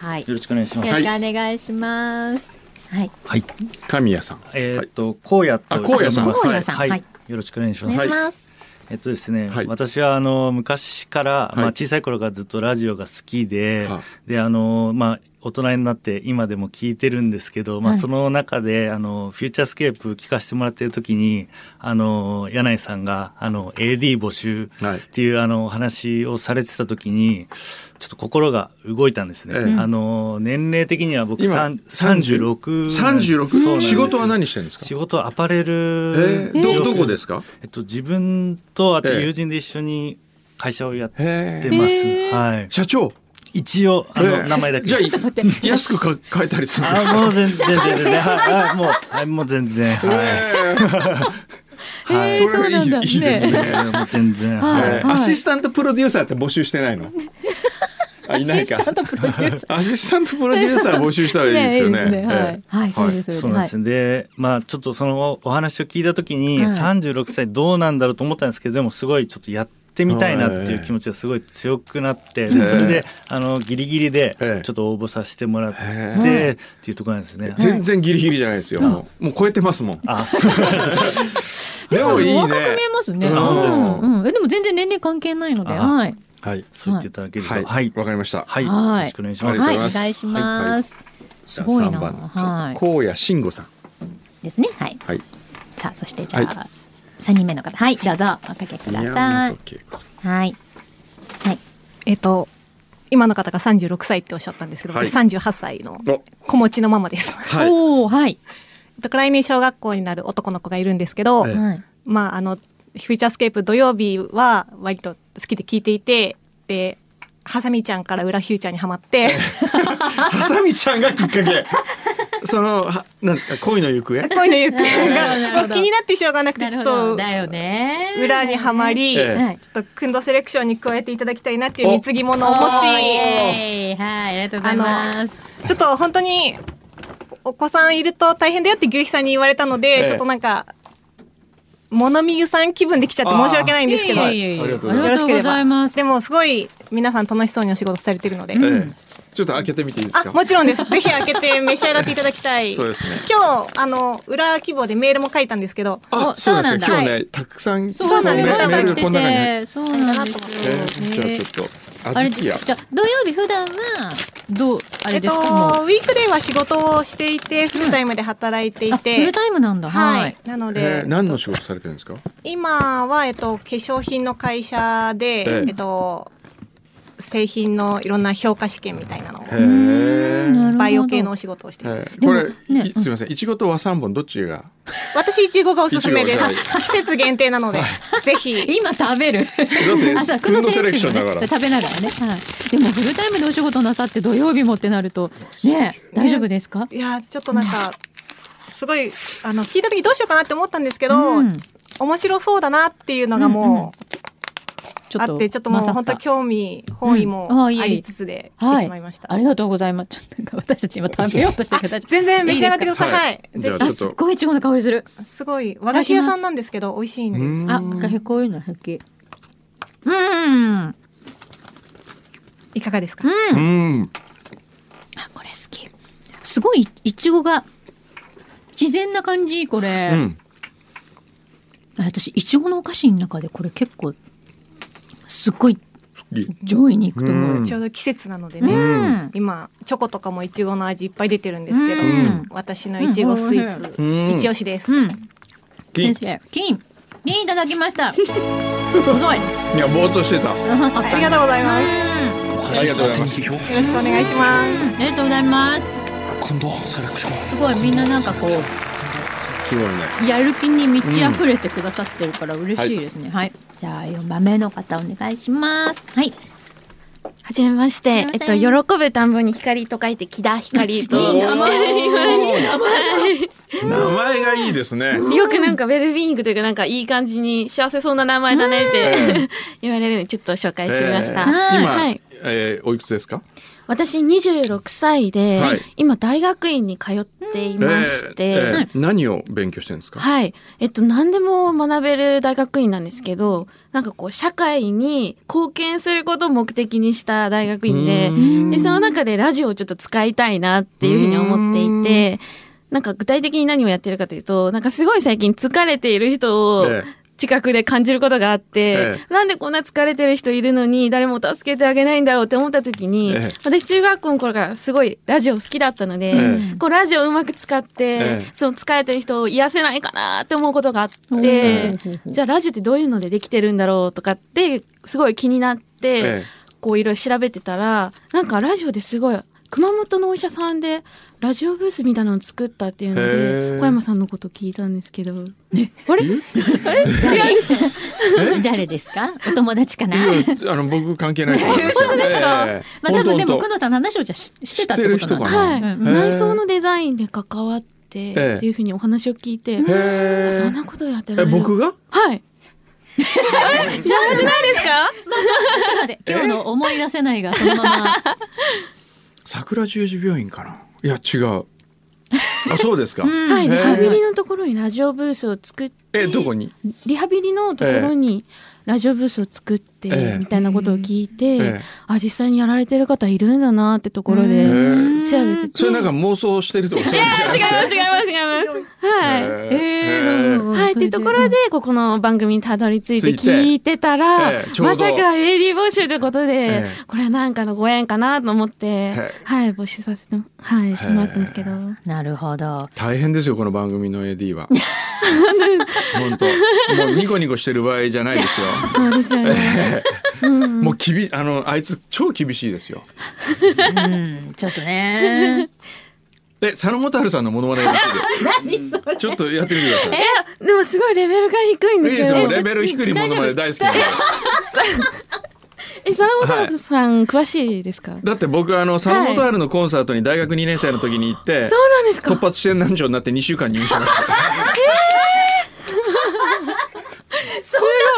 Speaker 2: はい、よ
Speaker 6: よろしくお願いし
Speaker 2: ろ
Speaker 6: ま
Speaker 2: し
Speaker 6: す。
Speaker 2: くお願いします。はい、
Speaker 6: はい。
Speaker 1: 神谷さん
Speaker 6: えーっと、荒野と。
Speaker 1: あ荒野さん
Speaker 6: はい
Speaker 2: 荒野さん
Speaker 6: は
Speaker 2: はい
Speaker 6: い。よろしくお願いし
Speaker 2: お
Speaker 6: ま
Speaker 2: 願
Speaker 6: す。
Speaker 2: いします。
Speaker 6: えっとですね
Speaker 1: はい、
Speaker 6: 私はあの昔から、まあ
Speaker 1: はい
Speaker 6: 小さい頃からずっとラジオが好きで
Speaker 1: は。
Speaker 6: で、あの、まあ。大人になって今でも聞いてるんですけど、まあ、
Speaker 2: はい
Speaker 6: その中で、あのフューチャースケープ聞かせてもらってる時にあの柳井さんがあの AD 募集
Speaker 1: はい
Speaker 6: っていうあのお話をされてた時にちょっと心が動いたんですね。
Speaker 1: ええ
Speaker 6: あの年齢的には僕
Speaker 1: 今
Speaker 6: さん36なんですそうなん
Speaker 1: 36
Speaker 6: です
Speaker 1: 仕事は何してるんですか
Speaker 6: 仕事はアパレ
Speaker 1: え
Speaker 6: ル、
Speaker 1: ー、どどこですすか
Speaker 6: えっと自分とあと
Speaker 1: ええ
Speaker 6: 友人で一緒に会社をやって
Speaker 1: へー
Speaker 6: ます、
Speaker 2: へー
Speaker 6: はい
Speaker 1: 社長
Speaker 6: 一応あの、
Speaker 1: ええ
Speaker 6: 名前だけ
Speaker 1: じゃ
Speaker 2: ちょっと待っ
Speaker 1: あ安くか変えたりするんです
Speaker 6: あ
Speaker 1: か
Speaker 6: もう全 然全然はいもうはいもう全然はい、
Speaker 1: え
Speaker 6: はい
Speaker 2: えーそうなん
Speaker 1: そ
Speaker 2: だ
Speaker 1: れいいいいですね
Speaker 6: ええもう全然
Speaker 1: ー
Speaker 6: はい、
Speaker 1: えーアシスタントプロデューサーって募集してないのあいない
Speaker 2: アシスタン
Speaker 1: か
Speaker 2: トプロデューサ
Speaker 1: アシスタントプロデューサー募集したらいい
Speaker 2: ー
Speaker 1: ですよね
Speaker 2: いいですねは
Speaker 1: え
Speaker 2: い、はい、そうです。
Speaker 6: そ
Speaker 2: そうう
Speaker 6: なんで
Speaker 2: で
Speaker 6: すす
Speaker 2: はい。
Speaker 6: ねでまあちょっとそのお話を聞いた時に、
Speaker 2: はい
Speaker 6: 36歳どうなんだろうと思ったんですけどでもすごいちょっとやってみたいなっていう気持ちがすごい強くなって、でそれであのギリギリで
Speaker 1: ええ
Speaker 6: ちょっと応募させてもらって、
Speaker 1: え
Speaker 6: っていうところなんですね。
Speaker 1: え全然ギリギリじゃないですよ、もうもう超えてますもん
Speaker 6: あ
Speaker 2: でも
Speaker 1: いい
Speaker 2: 若く見
Speaker 1: ね
Speaker 2: えますね。
Speaker 1: う
Speaker 2: うんん、うん、えでも全然年齢関係ないので、
Speaker 6: あ
Speaker 2: はい、
Speaker 1: はい
Speaker 6: そう言っていただけると、はい
Speaker 1: は
Speaker 6: い、
Speaker 1: わ、
Speaker 6: はい、
Speaker 1: かりました
Speaker 6: はいよろ
Speaker 2: はい
Speaker 6: しくお願いし
Speaker 1: あ
Speaker 6: ま
Speaker 1: り
Speaker 6: す。
Speaker 1: がと
Speaker 2: は
Speaker 1: う
Speaker 2: い、
Speaker 1: ご
Speaker 2: お
Speaker 1: ざ
Speaker 2: 願
Speaker 1: いま
Speaker 2: い
Speaker 1: す
Speaker 2: します。すごい
Speaker 1: じゃ
Speaker 2: な、
Speaker 1: あ三番
Speaker 2: はい、
Speaker 1: 荒野慎吾さん
Speaker 2: ですね、はい、
Speaker 1: はい
Speaker 2: さあ、そしてじゃ
Speaker 1: は
Speaker 2: あ、三人目の方、はい、どうぞ、おかけくだ
Speaker 1: 宮
Speaker 2: さい
Speaker 1: 本。恵子さん
Speaker 2: はい、
Speaker 7: えっと、今の方が36歳っておっしゃったんですけど、
Speaker 1: はい
Speaker 7: 私38歳の
Speaker 1: お
Speaker 7: 子持ちのママです。
Speaker 1: はい
Speaker 2: おお、はい、
Speaker 7: えっと来年小学校になる男の子がいるんですけど、
Speaker 1: ええ
Speaker 2: はい、
Speaker 7: まあ、あの、フューチャースケープ土曜日は割と好きで聞いていて、で、ハサミちゃんから裏フューチャーにハマって、
Speaker 1: ハサミちゃんがきっかけ。そのはなんですか恋の行 方
Speaker 7: 恋の行方が
Speaker 2: なるほどなるほど
Speaker 7: まあ気になってしょうがなくて
Speaker 2: な
Speaker 7: ち
Speaker 2: る
Speaker 7: ょっ
Speaker 2: ほど
Speaker 7: と
Speaker 2: だよね
Speaker 7: 裏にはまり、
Speaker 1: ええ
Speaker 2: はい
Speaker 7: ちょっとくんどセレクションに加えていただきたいなっていう貢ぎ物をお持
Speaker 2: おーイ
Speaker 7: ち
Speaker 2: エーイはいありがとうございます
Speaker 7: ちょっと本当におお子さんいると大変だよって牛肥さんに言われたので、
Speaker 1: ええ
Speaker 7: ちょっとなんか物見ゆさん気分で来ちゃって申し訳ないんですけど
Speaker 2: いえいえいえいえ
Speaker 1: はいありがとうございます
Speaker 2: ありがとうございます
Speaker 7: でもすごい皆さん楽しそうにお仕事されてるので、
Speaker 1: ええちょっと開けてみていいです
Speaker 7: あ
Speaker 1: か
Speaker 7: もちろんですぜひ開けて召し上がっていただきたい
Speaker 1: そうですね
Speaker 7: 今日あの裏規模でメールも書いたんですけど
Speaker 1: あ
Speaker 2: お
Speaker 1: そうですね今
Speaker 2: そうなんだ
Speaker 1: 日ねたくさん
Speaker 2: そうなん
Speaker 7: です
Speaker 1: メ
Speaker 7: よ
Speaker 1: メール
Speaker 2: 来
Speaker 1: こ
Speaker 2: て
Speaker 1: んな中に入って
Speaker 2: てそうなんですよ
Speaker 1: ええじゃあちょっと
Speaker 2: あれ
Speaker 1: 小豆
Speaker 2: じゃ
Speaker 1: や
Speaker 2: あ土曜日普段はどうあ
Speaker 7: え
Speaker 2: れ
Speaker 7: っ
Speaker 2: です
Speaker 7: とウ
Speaker 2: か、もう
Speaker 7: ィークデーは仕事をしていてフルタイムで働いてい
Speaker 2: あフ
Speaker 7: て、
Speaker 2: ルタイムなんだ
Speaker 7: は
Speaker 2: はいい、
Speaker 7: なの
Speaker 1: え
Speaker 7: で
Speaker 1: え、何の仕事されてるんですか
Speaker 7: 今は、えっと、化粧品の会社で、
Speaker 1: ええ
Speaker 7: えっと、製品のいろんな評価試験みたいなのを
Speaker 1: へ
Speaker 2: うーんなるほど
Speaker 7: バイオ系のお仕事をしてます、
Speaker 1: ええ
Speaker 2: で
Speaker 1: こ
Speaker 2: も
Speaker 1: れ
Speaker 2: ね
Speaker 1: いすみませんいちごと和三本どっちが
Speaker 7: 私いちごがおすすめで
Speaker 1: いちごはい
Speaker 7: す季節限定なので、ぜひ
Speaker 2: 今食べ
Speaker 1: て
Speaker 2: るあそう
Speaker 1: フードセレクションだから
Speaker 2: ね食べながらね、はい、でもフルタイムでお仕事なさって土曜日もってなるとね大丈夫ですか、
Speaker 7: いやちょっとなんかすごいあの聞いた時どうしようかなって思ったんですけど、
Speaker 2: うん、
Speaker 7: 面白そうだなっていうのがもう、
Speaker 2: うんうんちょっ
Speaker 7: あ
Speaker 2: と
Speaker 7: ってちょっともう
Speaker 2: 勝
Speaker 7: 本
Speaker 2: た
Speaker 7: 当興味本位も
Speaker 2: うん
Speaker 7: あ
Speaker 2: あいえいえ
Speaker 7: りつつで来て
Speaker 2: は
Speaker 7: しまいました、
Speaker 2: ありがとうございます。ちょっとなんか私たち今食べようとしてるけど、大丈夫
Speaker 7: 全然召し上がってくださいはい
Speaker 1: いいですか
Speaker 7: ぜ
Speaker 1: は
Speaker 2: あ、
Speaker 1: い
Speaker 2: すっごいいちごの香りする。
Speaker 7: ひすごい和菓子屋さんなんですけど美味しいんです、
Speaker 1: うん
Speaker 2: あ、なんかへこういうのへき。うーん。
Speaker 7: いかがですか、
Speaker 1: うん
Speaker 2: あこれ好きすごいいちごが自然な感じこれ、
Speaker 1: うん
Speaker 2: あ私いちごのお菓子の中でこれ結構すっごい
Speaker 1: き
Speaker 2: 上位にいくと思う、
Speaker 1: うん
Speaker 7: ちょうど季節なので
Speaker 2: う
Speaker 7: ね、
Speaker 2: ん
Speaker 7: 今チョコとかもいちごの味いっぱい出てるんですけど、
Speaker 2: うん
Speaker 7: 私のいちごスイーツ、
Speaker 1: うん
Speaker 7: 一押しです、
Speaker 2: うん
Speaker 1: 金
Speaker 2: 先生金金いただきました遅い
Speaker 1: いやぼーっとしてた
Speaker 2: あ
Speaker 7: ありがとうございます、よ
Speaker 3: お菓子勝手に批評
Speaker 7: ろしくお願いします、
Speaker 2: ありがとうございます
Speaker 3: くんどセレクション
Speaker 2: すごいみんななんかこう
Speaker 1: すごいね
Speaker 2: やる気に満ち溢れてくださってるから嬉しいですね、はいじゃあ4番目の方お願いしますはい
Speaker 8: はじめまして、
Speaker 2: は
Speaker 8: え
Speaker 2: じ
Speaker 8: っ
Speaker 2: めま
Speaker 8: と、
Speaker 2: して
Speaker 8: 喜ぶ田んぼに光と書いて、木田光と。
Speaker 1: 名前がいいですね
Speaker 8: よくなんか、ウェルビーイングというか、なんかいい感じに幸せそうな名前だねって、 言われるので、ちょっと紹介してみました。
Speaker 1: えー今、
Speaker 8: はい。
Speaker 1: えーおいくつですか
Speaker 8: 私26歳で、
Speaker 1: はい
Speaker 8: 今大学院に通っていまして、
Speaker 1: えーえー何を勉強してるんですか、
Speaker 8: はい。えっと、何でも学べる大学院なんですけど、なんかこう、社会に貢献することを目的にした大学院で
Speaker 1: うー、ん
Speaker 8: で、その中でラジオをちょっと使いたいなっていうふうに思っていて、なんか具体的に何をやってるかというと、なんかすごい最近疲れている人を、
Speaker 1: ええ
Speaker 8: 近くで感じることがあって、
Speaker 1: え
Speaker 8: なんでこんな疲れてる人いるのに誰も助けてあげないんだろうって思った時に、
Speaker 1: ええ
Speaker 8: 私中学校の頃からすごいラジオ好きだったので、
Speaker 1: え
Speaker 8: こうラジオをうまく使って、
Speaker 1: ええ
Speaker 8: その疲れてる人を癒せないかなって思うことがあって、
Speaker 1: え
Speaker 8: じゃあラジオってどういうのでできてるんだろうとかってすごい気になって、
Speaker 1: ええ
Speaker 8: こういろいろ調べてたらなんかラジオですごい熊本のお医者さんでラジオブースみたいなのを作ったっていうの
Speaker 1: へえ
Speaker 8: で小山さんのこと聞いたんですけど、あれ
Speaker 2: 誰ですかお友達かな
Speaker 1: いやあの僕関係ないと思いますよ。本当ですか
Speaker 2: まあ多分でも工藤さんの話をじゃあししてたってことなんだ
Speaker 1: 知ってる人かな
Speaker 8: はい、
Speaker 2: うん
Speaker 1: うん
Speaker 8: 内装のデザインで関わって
Speaker 1: え
Speaker 8: っていうふうにお話を聞いて、あそんなことやってら
Speaker 1: え
Speaker 8: れる
Speaker 1: 僕が
Speaker 8: はい
Speaker 2: ちょっと待って今日の思い出せないがそのまま
Speaker 1: 桜十字病院かな。いや違う。あそうですか。
Speaker 2: うん
Speaker 8: はい、
Speaker 1: へ
Speaker 8: リ
Speaker 1: え
Speaker 8: ハビリのところにラジオブースを作って、
Speaker 1: えどこに？
Speaker 8: リハビリのところにラジオブースを作って、
Speaker 1: ええ
Speaker 8: みたいなことを聞いて、
Speaker 1: え
Speaker 8: あ、実際にやられてる方いるんだなってところ
Speaker 1: え
Speaker 8: で
Speaker 1: ー
Speaker 8: 調べてて。
Speaker 1: それなんか妄想してるとかそういうんじゃなくて。
Speaker 8: 違います、違います、違います。はい。
Speaker 1: え
Speaker 2: えー
Speaker 1: え
Speaker 8: はい、ってところで、ここの番組にたどり着いて
Speaker 1: ついて
Speaker 8: 聞いてたら、
Speaker 1: ええちょう
Speaker 8: ま
Speaker 1: ど
Speaker 8: さか AD 募集ということで、
Speaker 1: ええ
Speaker 8: これはなんかのご縁かなと思って、
Speaker 1: え
Speaker 8: はい、募集させて、はい、してもらったんですけど。
Speaker 2: なるほど
Speaker 1: 大変ですよこの番組の AD は。本当もうニコニコしてる場合じゃないですよ。
Speaker 8: そうですよね。
Speaker 1: もうきびあのあいつ超厳しいですよ。
Speaker 2: うんちょっとね
Speaker 1: え佐野元春さんのモノマネができる。ちょっとやってみてください。
Speaker 8: でもすごいレベルが低いん
Speaker 1: い
Speaker 8: で
Speaker 1: い
Speaker 8: す
Speaker 1: で
Speaker 8: け
Speaker 1: す
Speaker 8: ど。
Speaker 1: よ、レベル低いものまで大好きなんで。
Speaker 8: え、真田本さん、詳しいですかそう
Speaker 1: だって僕あのサノモタールのコンサートに大学2年生の時に行って、
Speaker 8: なんです
Speaker 1: 突
Speaker 8: か
Speaker 1: 発性難聴になって2週間入院しました。
Speaker 2: そんなこ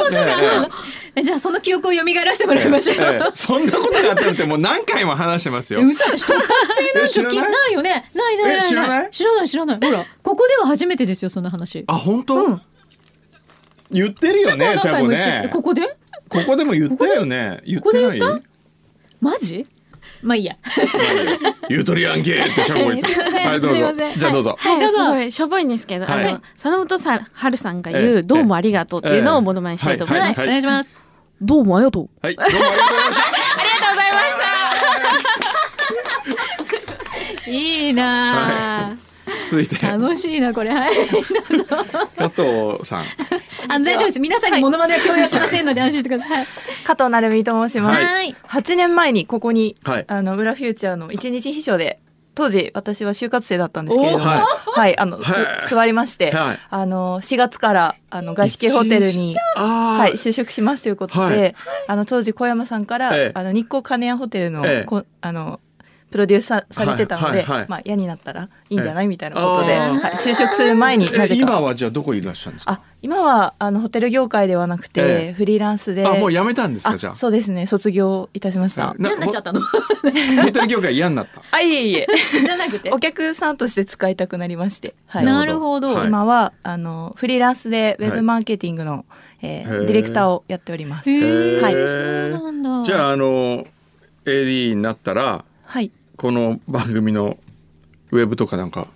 Speaker 2: とがあるのえじゃあその記憶を蘇らせてもらいましょう、
Speaker 1: ええそんなことがあったのってもう何回も話してますよ。
Speaker 2: 嘘私突発性難聴
Speaker 1: え
Speaker 2: き
Speaker 1: 知ら
Speaker 2: な
Speaker 1: ない
Speaker 2: いよねないないない
Speaker 1: え知らない
Speaker 2: 知らない知らないほらここでは初めてですよそんな話
Speaker 1: あ本当、
Speaker 2: うん
Speaker 1: 言ってるよねチャボ
Speaker 2: 言ってる
Speaker 1: ね
Speaker 2: え。ここで
Speaker 1: ここでも言ったよね。言ってない。
Speaker 2: ここマジまあいいや
Speaker 1: ゆとりやんけってチャボ言って。はいどう
Speaker 8: すい
Speaker 1: ぞ
Speaker 8: ませ。ん
Speaker 1: じゃあどうぞ。
Speaker 8: はい、
Speaker 2: どうぞ
Speaker 8: すごいしょぼいんですけど、
Speaker 1: はい
Speaker 8: あの佐野元さん春さんが
Speaker 1: え
Speaker 8: 言
Speaker 1: え
Speaker 8: う「どうもありがとう」っていうのをモノマネしたいと思います、
Speaker 1: は
Speaker 2: はいい、お願いします
Speaker 8: どうもありがとう
Speaker 1: はいどうもありがとうございました。
Speaker 8: ありがとうございました
Speaker 2: いいなあ、
Speaker 1: 続いて加
Speaker 2: 楽しいなこれはい
Speaker 1: 藤さん。
Speaker 2: あの大丈夫です皆さんにモノマネは共有しませんので安心して ください
Speaker 9: 加藤成美と申します。
Speaker 1: はい
Speaker 2: はい
Speaker 9: 8年前にここに、
Speaker 1: はい
Speaker 9: あの裏フューチャーの一日秘書で当時私は就活生だったんですけれども、
Speaker 1: おー
Speaker 9: は
Speaker 1: はい
Speaker 9: い、あの、す
Speaker 1: はい
Speaker 9: 座りまして、
Speaker 1: はい
Speaker 9: あの4月からあの外資系ホテルに。
Speaker 1: あ
Speaker 9: はい、就職しますということで、
Speaker 1: はい
Speaker 9: あの当時小山さんから、
Speaker 1: ええ
Speaker 9: あの日光金谷ホテルの,こ、
Speaker 1: ええ
Speaker 9: あのプロデューサーされてたの
Speaker 1: はい
Speaker 9: で、
Speaker 1: はいはい
Speaker 9: まあ嫌になったらいいんじゃない、みたいなこと
Speaker 1: あ
Speaker 9: で、
Speaker 1: ー
Speaker 9: はい、就職する前にな
Speaker 1: え
Speaker 9: ぜ
Speaker 1: 今
Speaker 9: か
Speaker 1: はじゃあどこいらっしゃるんですか。
Speaker 9: あ今はあのホテル業界ではなくて、
Speaker 1: ええ
Speaker 9: フリーランスで
Speaker 1: あもう辞めたんですかじゃあ
Speaker 9: あ。そうですね卒業いたしました。
Speaker 2: 何になっちゃったの
Speaker 1: ホテル業界嫌になった。
Speaker 9: あいえいえ
Speaker 2: じゃなくて
Speaker 9: お客さんとして使いたくなりまして、はい、
Speaker 2: なるほど、
Speaker 1: はい
Speaker 9: 今はあのフリーランスでウェ
Speaker 1: はい
Speaker 9: ブマーケティングの、えー
Speaker 1: へえ
Speaker 9: ディレクターをやっております。
Speaker 2: へえ、
Speaker 9: はい
Speaker 2: そうなんだ
Speaker 1: じゃああの AD になったら
Speaker 9: はい
Speaker 1: この番組のウェブとかなんか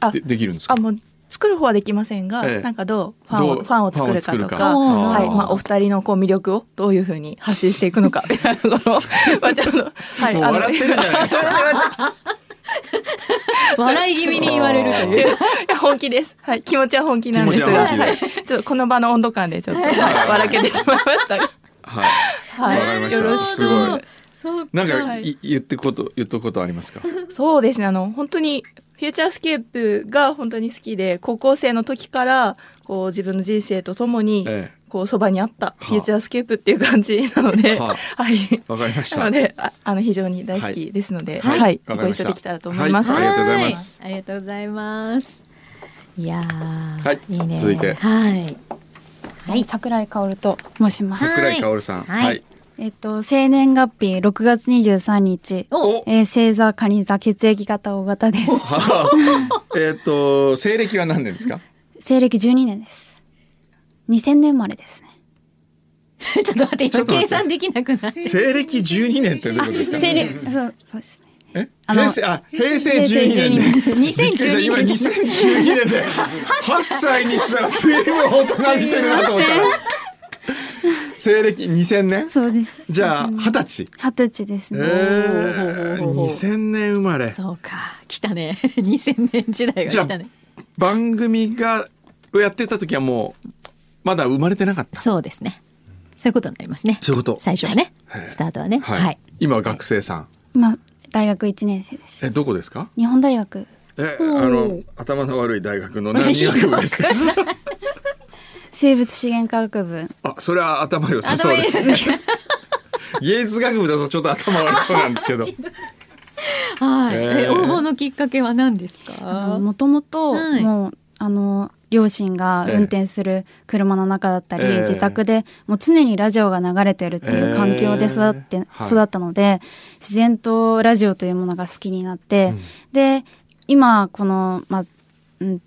Speaker 9: あ
Speaker 1: でできるんですか
Speaker 9: あ。もう作る方はできませんが、
Speaker 1: ええ
Speaker 9: なんかどうファンを
Speaker 1: どう
Speaker 9: ファンを作るかとか
Speaker 1: ファンを作るか
Speaker 9: はい
Speaker 1: あー
Speaker 9: まあ、お二人のこう魅力をどういうふうに発信していくのかみたいなことをまあちょっと、はい、
Speaker 1: もう
Speaker 9: あの
Speaker 1: 笑ってるじゃないです か。
Speaker 2: 笑い気味に言われるとい う
Speaker 9: 違ういや本気です、はい、気持ちは本気なんですが
Speaker 1: 気持ちは本気で
Speaker 9: はい、ちょっとこの場の温度感でちょっと、はい笑けてしまいましたが、
Speaker 1: はい。わ
Speaker 9: は
Speaker 1: かりまし
Speaker 9: い、
Speaker 1: た
Speaker 9: よろし
Speaker 1: すごい。
Speaker 2: そうか
Speaker 1: なんか、
Speaker 9: はい
Speaker 1: い言ってこと言っとくことありますか。
Speaker 9: そうですねあの本当にフューチャースケープが本当に好きで高校生の時からこう自分の人生とともに、
Speaker 1: え
Speaker 9: こうそばにあったフューチャースケープっていう感じなので、
Speaker 1: は
Speaker 9: はい、
Speaker 1: え、わかりまし
Speaker 9: な
Speaker 1: た。
Speaker 9: のでああの非常に大好きですので、
Speaker 1: は
Speaker 9: はいい、
Speaker 1: わかり
Speaker 9: ご
Speaker 1: ました
Speaker 9: 一緒できたらと思います。
Speaker 1: はありがとうございます
Speaker 2: はいありがとうございます。いやー、
Speaker 1: はい
Speaker 2: いね。
Speaker 1: 続いて
Speaker 2: はい。はい。
Speaker 10: 桜井薫と
Speaker 11: 申します。
Speaker 1: 桜井薫さん。
Speaker 2: はい
Speaker 1: はい。
Speaker 10: えっと生年月日6月23日
Speaker 1: お、
Speaker 10: えー、星座カニ座血液型 O 型です
Speaker 1: はあえっと西暦は何年ですか。
Speaker 10: 西暦12年です2000年生まれですね
Speaker 2: ちょっと待って、
Speaker 1: ちょ
Speaker 2: 今
Speaker 1: っと待って
Speaker 2: 計算できなくない。
Speaker 1: 西暦12年ってどういうことですか。
Speaker 10: 西暦そうそうですね
Speaker 1: え、
Speaker 10: あの
Speaker 1: 平成あ平成12年ね。
Speaker 2: 2012
Speaker 1: びっくりした今
Speaker 2: 年じゃ
Speaker 1: 2012年で8歳にしたら随分大人びてるなと思ったら。西暦2000年。
Speaker 10: そうです
Speaker 1: じゃあ二十歳。
Speaker 10: 二十歳です
Speaker 1: え
Speaker 10: ね、
Speaker 1: え、2000年生まれ。
Speaker 2: そうか、来たね。2000年 時代が来たね。
Speaker 1: 番組がをやってた時はもうまだ生まれてなかった。
Speaker 2: そうですね。そういうことになりますね。
Speaker 1: そういうこと。
Speaker 2: 最初はね
Speaker 1: は、い
Speaker 2: スタートはね。
Speaker 1: はい。
Speaker 2: はい。
Speaker 1: 今は学生さん。
Speaker 10: 今大学一年生です
Speaker 1: えどこですか？
Speaker 10: 日本大学
Speaker 1: えあの頭の悪い大学の何学部ですか？
Speaker 10: 生物資源科学部
Speaker 1: あそれは頭良さそうですね。芸術学部だとちょっと頭悪そうなんですけど。
Speaker 2: はい。
Speaker 1: え
Speaker 2: え
Speaker 1: ー
Speaker 2: 応募のきっかけは何ですか。
Speaker 10: もともと
Speaker 2: はい
Speaker 10: もうあの両親が運転する車の中だったり、
Speaker 1: ええ
Speaker 10: 自宅でもう常にラジオが流れてるっていう環境で育って、
Speaker 1: ええはい
Speaker 10: 育ったので自然とラジオというものが好きになって、
Speaker 1: うん
Speaker 10: で今この、まあうん、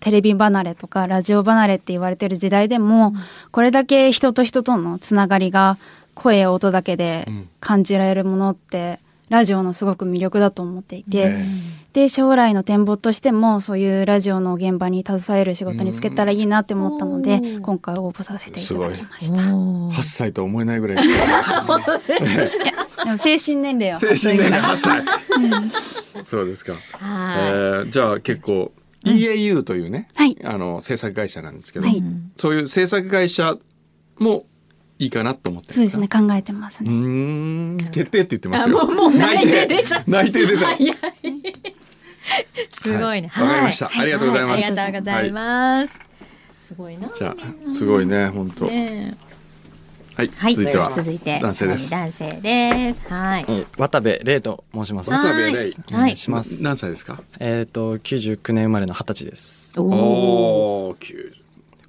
Speaker 10: テレビ離れとかラジオ離れって言われてる時代でも、これだけ人と人とのつながりが声や音だけで
Speaker 1: ん
Speaker 10: 感じられるものって、ラジオのすごく魅力だと思っていて。
Speaker 1: え
Speaker 10: で将来の展望としてもそういうラジオの現場に携える仕事に就けたらいいなって思ったので、今回応募させていただきましたで
Speaker 1: え八歳とは思えないぐらい。
Speaker 10: も精神年齢は
Speaker 1: 精神年齢八歳。そうですか。え
Speaker 2: はい。
Speaker 1: ーじゃあ結構 EAU というね、
Speaker 10: はい
Speaker 1: あの制作会社なんですけど、
Speaker 10: はい
Speaker 1: そういう制作会社もいいかなと思ってる
Speaker 10: そうですね。考えてます
Speaker 1: う
Speaker 10: ね、
Speaker 1: ーん決定って言ってま
Speaker 2: あ
Speaker 1: す
Speaker 2: も
Speaker 1: よ。
Speaker 2: うもう内定出ちゃった。
Speaker 1: 内定出た。
Speaker 2: 早い。すごいね。
Speaker 1: はいわかりました
Speaker 2: はい
Speaker 1: ありがとうございます
Speaker 2: はありがとうございます。すごいな。
Speaker 1: じゃあすごいね本当。
Speaker 2: ね
Speaker 1: はい、
Speaker 2: はい、
Speaker 1: 続いては
Speaker 2: 続いて
Speaker 1: 男性です
Speaker 2: 男性です。はい。
Speaker 4: えー渡部玲と申します。
Speaker 2: 渡部
Speaker 1: 部
Speaker 2: は
Speaker 1: 玲
Speaker 2: いはい
Speaker 4: お願いします。
Speaker 1: 何歳ですか
Speaker 4: えっ、と99年生まれの二十歳です。
Speaker 2: おお。
Speaker 1: ー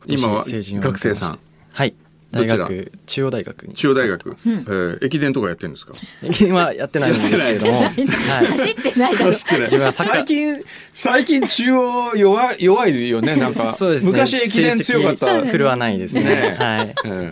Speaker 1: 90
Speaker 4: 今
Speaker 1: 今は
Speaker 4: 成人を迎えま
Speaker 1: 学
Speaker 4: した
Speaker 1: 生さん
Speaker 4: はい。
Speaker 1: どち
Speaker 4: 大
Speaker 1: ら
Speaker 4: 学中央大学に。
Speaker 1: 中央大学、えー駅伝とかやってるんですか
Speaker 4: 今やってないんですけども、はい。
Speaker 2: 走ってないだろ。
Speaker 1: 走ってない
Speaker 4: 自分はサッカー
Speaker 1: 最近最近中央弱い弱いよねなんか
Speaker 4: そうですね。
Speaker 1: 昔駅伝強かった、
Speaker 4: 成績振るわないです
Speaker 1: ね
Speaker 4: ね。はい。
Speaker 1: えー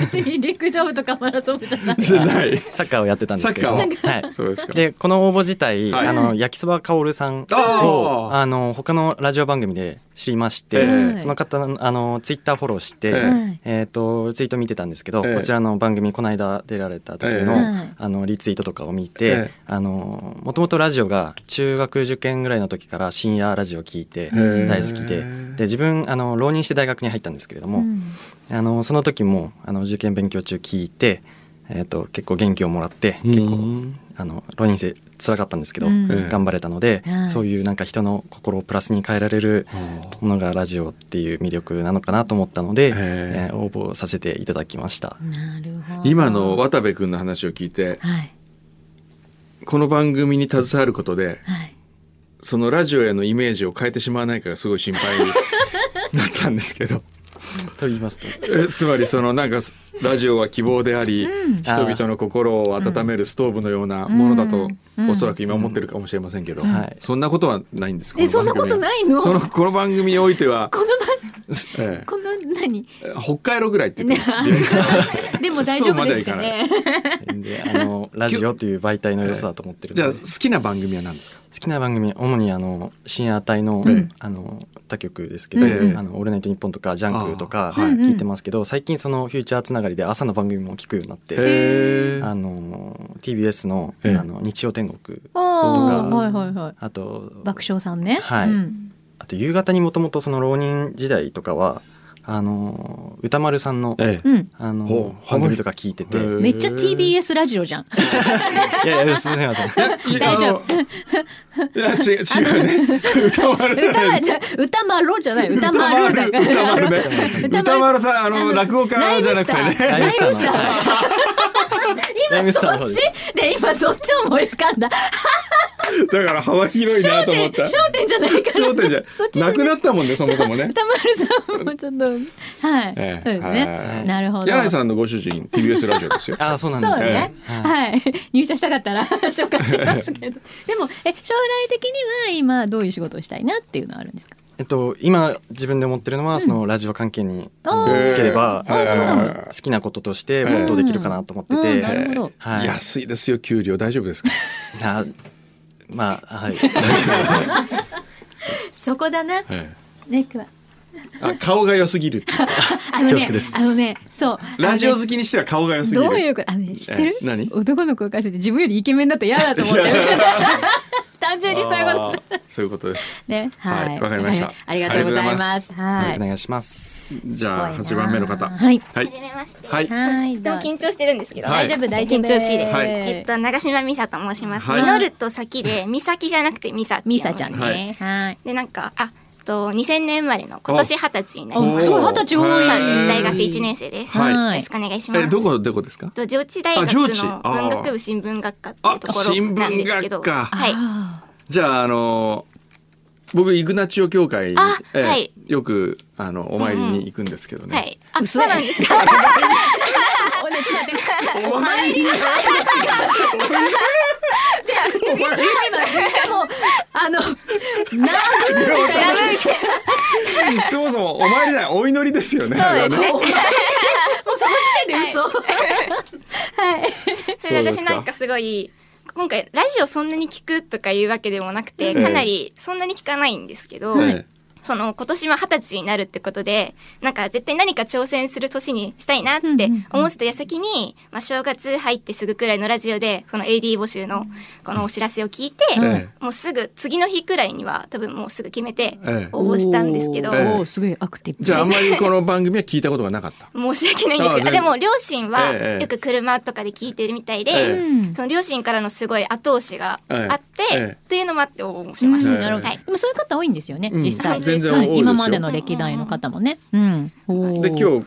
Speaker 2: 別に陸上部とかマラソン部じゃない。
Speaker 1: じゃない
Speaker 4: サッカーをやってたんですけど
Speaker 1: サ
Speaker 4: も、
Speaker 1: ッ
Speaker 4: はい。
Speaker 1: そうですか
Speaker 4: でこの応募自体、
Speaker 1: はい
Speaker 4: あの焼きそばかおるさん
Speaker 1: あ
Speaker 4: を
Speaker 1: ー
Speaker 4: あの他のラジオ番組で知りまして、
Speaker 1: ええ
Speaker 4: その方のあのツイッターフォローして、
Speaker 1: え
Speaker 2: え
Speaker 4: えーとツイート見てたんですけど、
Speaker 1: ええ
Speaker 4: こちらの番組この間出られた時の,、
Speaker 1: え
Speaker 2: え
Speaker 4: あのリツイートとかを見
Speaker 1: え
Speaker 4: て
Speaker 1: え
Speaker 4: あのもともとラジオが中学受験ぐらいの時から深夜ラジオ聞いて
Speaker 1: え
Speaker 4: 大好きで,、で自分あの浪人して大学に入ったんですけれども、
Speaker 2: うん
Speaker 4: あのその時もあの受験勉強中聞いて、えー、と結構元気をもらって結
Speaker 1: う
Speaker 4: 構
Speaker 1: ん
Speaker 4: あの浪人生辛かったんですけど、
Speaker 2: うん
Speaker 1: ええ
Speaker 4: 頑張れたので、
Speaker 2: はい
Speaker 4: そういうなんか人の心をプラスに変えられるものがラジオっていう魅力なのかなと思ったので、
Speaker 1: へえ
Speaker 4: えー応募させていただきました。
Speaker 2: なるほど。
Speaker 1: 今の渡部君の話を聞いて
Speaker 2: はい
Speaker 1: この番組に携わることで
Speaker 2: はい。
Speaker 1: そのラジオへのイメージを変えてしまわないかがすごい心配になったんですけど
Speaker 4: と言いますと
Speaker 1: えつまりそのなんかラジオは希望であり、人々の心を温めるストーブのようなものだと、おそらく今思ってるかもしれませんけど、
Speaker 4: はい
Speaker 1: そんなことはないんです
Speaker 2: え、そんなこと
Speaker 1: い
Speaker 2: ないの。
Speaker 1: そ
Speaker 2: こ
Speaker 1: の
Speaker 2: の
Speaker 1: この番組においては、え
Speaker 2: この何。
Speaker 1: え北海道ぐらいって言ってます、
Speaker 2: でも大丈夫ですかね。
Speaker 4: であのラジオという媒体の良さだと思ってる
Speaker 1: じゃ
Speaker 4: の
Speaker 1: あ
Speaker 4: で
Speaker 1: 好きな番組は何ですか
Speaker 4: 好きな番組主にあの深夜帯の,、
Speaker 1: うん
Speaker 4: あの他局ですけど「
Speaker 1: ええ
Speaker 4: あのオールナイトニッポン」とか「ジャンク」とか
Speaker 1: あーはい
Speaker 4: 聞いてますけど、最近そのフューチャーつながりで朝の番組も聞くようになって、
Speaker 1: え
Speaker 4: あの TBS の,、
Speaker 1: ええ
Speaker 4: あの日曜天国
Speaker 2: おお。はいはいはい。
Speaker 4: あと
Speaker 2: 爆笑さんね。
Speaker 4: はい
Speaker 2: うん
Speaker 4: あと夕方にもともとその浪人時代とかはあの歌丸さんの、
Speaker 1: え
Speaker 2: うん。
Speaker 4: あ
Speaker 1: ほ
Speaker 4: の
Speaker 1: う
Speaker 4: 番組とか聞いてて
Speaker 1: へえ
Speaker 2: めっちゃ TBS ラジオじゃん。
Speaker 4: いやいやすみません
Speaker 2: 大丈夫。
Speaker 1: いや違う違うね歌丸さん
Speaker 2: 歌はじゃ歌まろじゃない歌まるだから
Speaker 1: 歌丸ね
Speaker 2: 歌丸
Speaker 1: 歌丸さんあの落語家じゃなくてね
Speaker 2: ライブスターラ
Speaker 4: ラ
Speaker 2: イ
Speaker 4: イ
Speaker 2: ブ
Speaker 4: ブ
Speaker 2: ス
Speaker 4: ス
Speaker 2: タ
Speaker 4: ター
Speaker 2: ー今
Speaker 4: の
Speaker 2: そ
Speaker 4: 方
Speaker 2: っ
Speaker 4: で
Speaker 2: ちで今そっちを思い浮かん だ
Speaker 1: だから幅広いな
Speaker 2: 焦
Speaker 1: と思
Speaker 2: 点
Speaker 1: った
Speaker 2: 焦点じゃないから
Speaker 1: 焦点じゃ
Speaker 2: そっち
Speaker 1: なくなったもんねそもそも ね
Speaker 2: 歌丸さんもちょっとはい、
Speaker 1: ええ
Speaker 2: そうです
Speaker 1: は
Speaker 2: ね
Speaker 1: い
Speaker 2: なるほど
Speaker 1: 柳井さんのご主人 TBS ラジオですよ
Speaker 4: あそうなん
Speaker 2: そ
Speaker 4: です
Speaker 2: うね
Speaker 4: ね、
Speaker 2: はい、入社したかったら 紹介しますけどでもえ将来的には今どういう仕事をしたいなっていうのはあるんですか
Speaker 4: えっと今自分で思ってるのはそのラジオ関係にあ
Speaker 2: おー
Speaker 4: のつければ
Speaker 1: へーあそうなの
Speaker 4: あの好きなこととして没頭できるかなと思って
Speaker 2: うん
Speaker 4: て
Speaker 2: なるほど
Speaker 4: はい
Speaker 1: 安いですよ給料大丈夫ですか
Speaker 4: あまあ はい
Speaker 2: そこだな
Speaker 1: え
Speaker 2: ネックは
Speaker 1: えあ顔が良すぎるって
Speaker 2: あの
Speaker 4: 恐縮で
Speaker 2: ね
Speaker 4: す
Speaker 2: あのねそう
Speaker 1: ラジオ
Speaker 2: あのね
Speaker 1: 好きにしては顔が良すぎる
Speaker 2: どういうことあのね知ってる
Speaker 1: え何
Speaker 2: 男の子からして自分よりイケメンだと嫌だと思ってる単純にそういうこ
Speaker 1: あ
Speaker 2: と
Speaker 1: ーそういうことです
Speaker 2: ねはい
Speaker 1: はいわかりました
Speaker 2: ありがとうございますは
Speaker 4: お
Speaker 2: い
Speaker 4: 願いします
Speaker 1: じゃあ
Speaker 2: すごいな
Speaker 1: 八番目の方
Speaker 2: はい
Speaker 1: はい
Speaker 12: めまして。
Speaker 1: はい
Speaker 2: はい
Speaker 12: と
Speaker 2: ど
Speaker 12: て
Speaker 2: う
Speaker 12: も緊張してるんですけど、
Speaker 1: は
Speaker 2: 大
Speaker 1: い
Speaker 2: 丈夫大丈夫
Speaker 12: 緊張しいです
Speaker 1: はい
Speaker 12: えっと長島美沙と申します。
Speaker 1: はい
Speaker 12: ミノルと先で美咲じゃなくて美沙。
Speaker 2: ミサちゃん
Speaker 1: は
Speaker 2: ねはい
Speaker 12: でなんかあえっと2000年生まれの今年二十歳になり
Speaker 1: お
Speaker 12: ます。
Speaker 2: すごい二十歳
Speaker 12: そ
Speaker 2: 多い
Speaker 12: うです大学一年生です。
Speaker 1: はい
Speaker 12: よろしくお願いします。
Speaker 1: えどこどこですか
Speaker 12: えっと上智大学
Speaker 1: あ上智
Speaker 12: の
Speaker 1: あー
Speaker 12: 文学部新聞学科っていうとこ
Speaker 1: あ新
Speaker 12: ろ
Speaker 1: 聞
Speaker 12: なんですけど、
Speaker 1: 学科
Speaker 12: はい。
Speaker 1: じゃあ、あの、僕、イグナチオ教会に
Speaker 12: あ、
Speaker 1: ええ
Speaker 12: はい
Speaker 1: よく、あの、お参りに行くんですけどね。
Speaker 12: はい。あ、
Speaker 2: 嘘
Speaker 12: そうなんですか。
Speaker 2: おねちょっと待って
Speaker 1: お参りに
Speaker 2: しかも あの
Speaker 1: そもそもお参りじゃない、お祈りですよね。
Speaker 12: そうですね
Speaker 1: あれは
Speaker 2: もうその時点で嘘
Speaker 12: そ
Speaker 1: そう
Speaker 12: れで
Speaker 1: です
Speaker 12: 私
Speaker 1: か
Speaker 12: なんかすごい今回ラジオそんなに聞くとかいうわけでもなくて、
Speaker 1: ええ
Speaker 12: かなりそんなに聞かないんですけど、
Speaker 1: え
Speaker 12: その今年は二十歳になるってことでなんか絶対何か挑戦する年にしたいなって思ってた矢先に、まあ、正月入ってすぐくらいのラジオでその AD 募集のこのお知らせを聞いて、
Speaker 1: え
Speaker 12: もうすぐ次の日くらいには多分もうすぐ決めて
Speaker 1: ええ
Speaker 12: 応募したんですけど、
Speaker 2: お
Speaker 1: え
Speaker 2: ーすごいアクティブ
Speaker 1: じゃあ、あんまりこの番組は聞いたことがなかった。
Speaker 12: 申し訳ないんですけ
Speaker 1: あ全
Speaker 12: ど
Speaker 1: 然
Speaker 12: あでも両親は
Speaker 1: ええ
Speaker 12: よく車とかで聞いてるみたいで、
Speaker 1: ええ
Speaker 2: うん
Speaker 12: その両親からのすごい後押しがあって、
Speaker 1: ええええ
Speaker 12: というのもあって応募しました。
Speaker 1: うんなるほど
Speaker 12: はい
Speaker 2: でもそういう方多いんですよね、
Speaker 1: うん
Speaker 2: 実際
Speaker 1: 全然多いですよ
Speaker 2: 今までの歴代の方もね、うん、
Speaker 1: で、
Speaker 2: で
Speaker 1: 今日、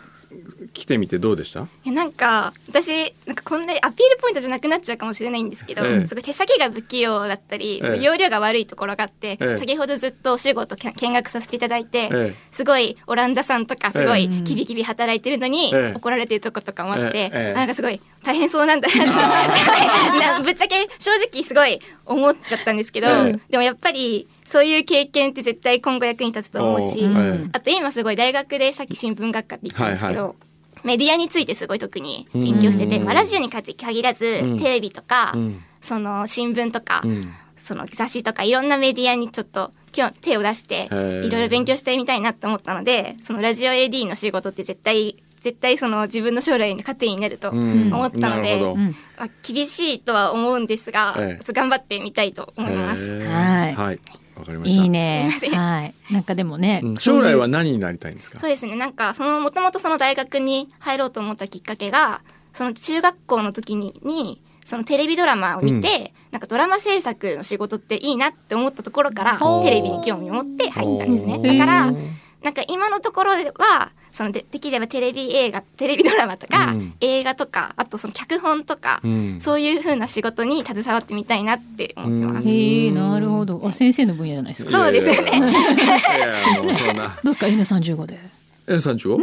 Speaker 1: 来てみてどうでした
Speaker 12: いやなんか私なんかこんなにアピールポイントじゃなくなっちゃうかもしれないんですけど、
Speaker 1: ええ
Speaker 12: すごい手先が不器用だったり、
Speaker 1: ええ
Speaker 12: その容量が悪いところがあって、
Speaker 1: ええ
Speaker 12: 先ほどずっとお仕事け見学させていただいて、
Speaker 1: ええ
Speaker 12: すごいオランダさんとかすご
Speaker 1: え
Speaker 12: い
Speaker 1: え
Speaker 12: キビキビ働いてるのに、
Speaker 1: ええ
Speaker 12: 怒られてるとことかもあって、
Speaker 1: ええええ
Speaker 12: あなんかすごい大変そうなんだなってすごい なぶっちゃけ正直すごい思っちゃったんですけど、
Speaker 1: ええ
Speaker 12: でもやっぱりそういう経験って絶対今後役に立つと思うし、
Speaker 1: おーええ
Speaker 12: あと今すごい大学でさっき新聞学科って言ったんですけど、
Speaker 1: はいは
Speaker 12: メディアについてすごい特に勉強してて、
Speaker 1: うん
Speaker 12: まあ、ラジオに限らず、
Speaker 1: うん
Speaker 12: テレビとか、
Speaker 1: うん
Speaker 12: その新聞とか、
Speaker 1: うん
Speaker 12: その雑誌とかいろんなメディアにちょっと今日手を出して
Speaker 1: ー
Speaker 12: いろいろ勉強してみたいなと思ったのでそのラジオ AD の仕事って絶対絶対その自分の将来の糧になると
Speaker 1: うん
Speaker 12: 思った
Speaker 1: な
Speaker 12: の
Speaker 1: る
Speaker 12: で、
Speaker 1: ほどうん
Speaker 12: まあ、厳しいとは思うんですが、
Speaker 1: ええ
Speaker 12: 頑張ってみたいと思います。
Speaker 1: へーはいわかりました
Speaker 2: いいね
Speaker 12: すいません
Speaker 2: はいなんかでもね、
Speaker 1: うん将来は何になりたいんですか
Speaker 12: そうですねなんかそのもともとその大学に入ろうと思ったきっかけがその中学校の時ににそのテレビドラマを見て、なんかドラマ制作の仕事っていいなって思ったところから
Speaker 2: おー
Speaker 12: テレビに興味を持って入ったんですね
Speaker 2: おー
Speaker 12: だからなんか今のところではそのでできればテレビ映画テレビドラマとか、
Speaker 1: うん
Speaker 12: 映画とかあとその脚本とか、
Speaker 1: うん
Speaker 12: そういう風な仕事に携わってみたいなって思ってます。
Speaker 2: へえなるほどあ先生の分野じゃないですか
Speaker 12: そうですよね
Speaker 2: いやいやいや
Speaker 1: いやいやもうそんな
Speaker 2: どうですか N35 で
Speaker 1: N35?N35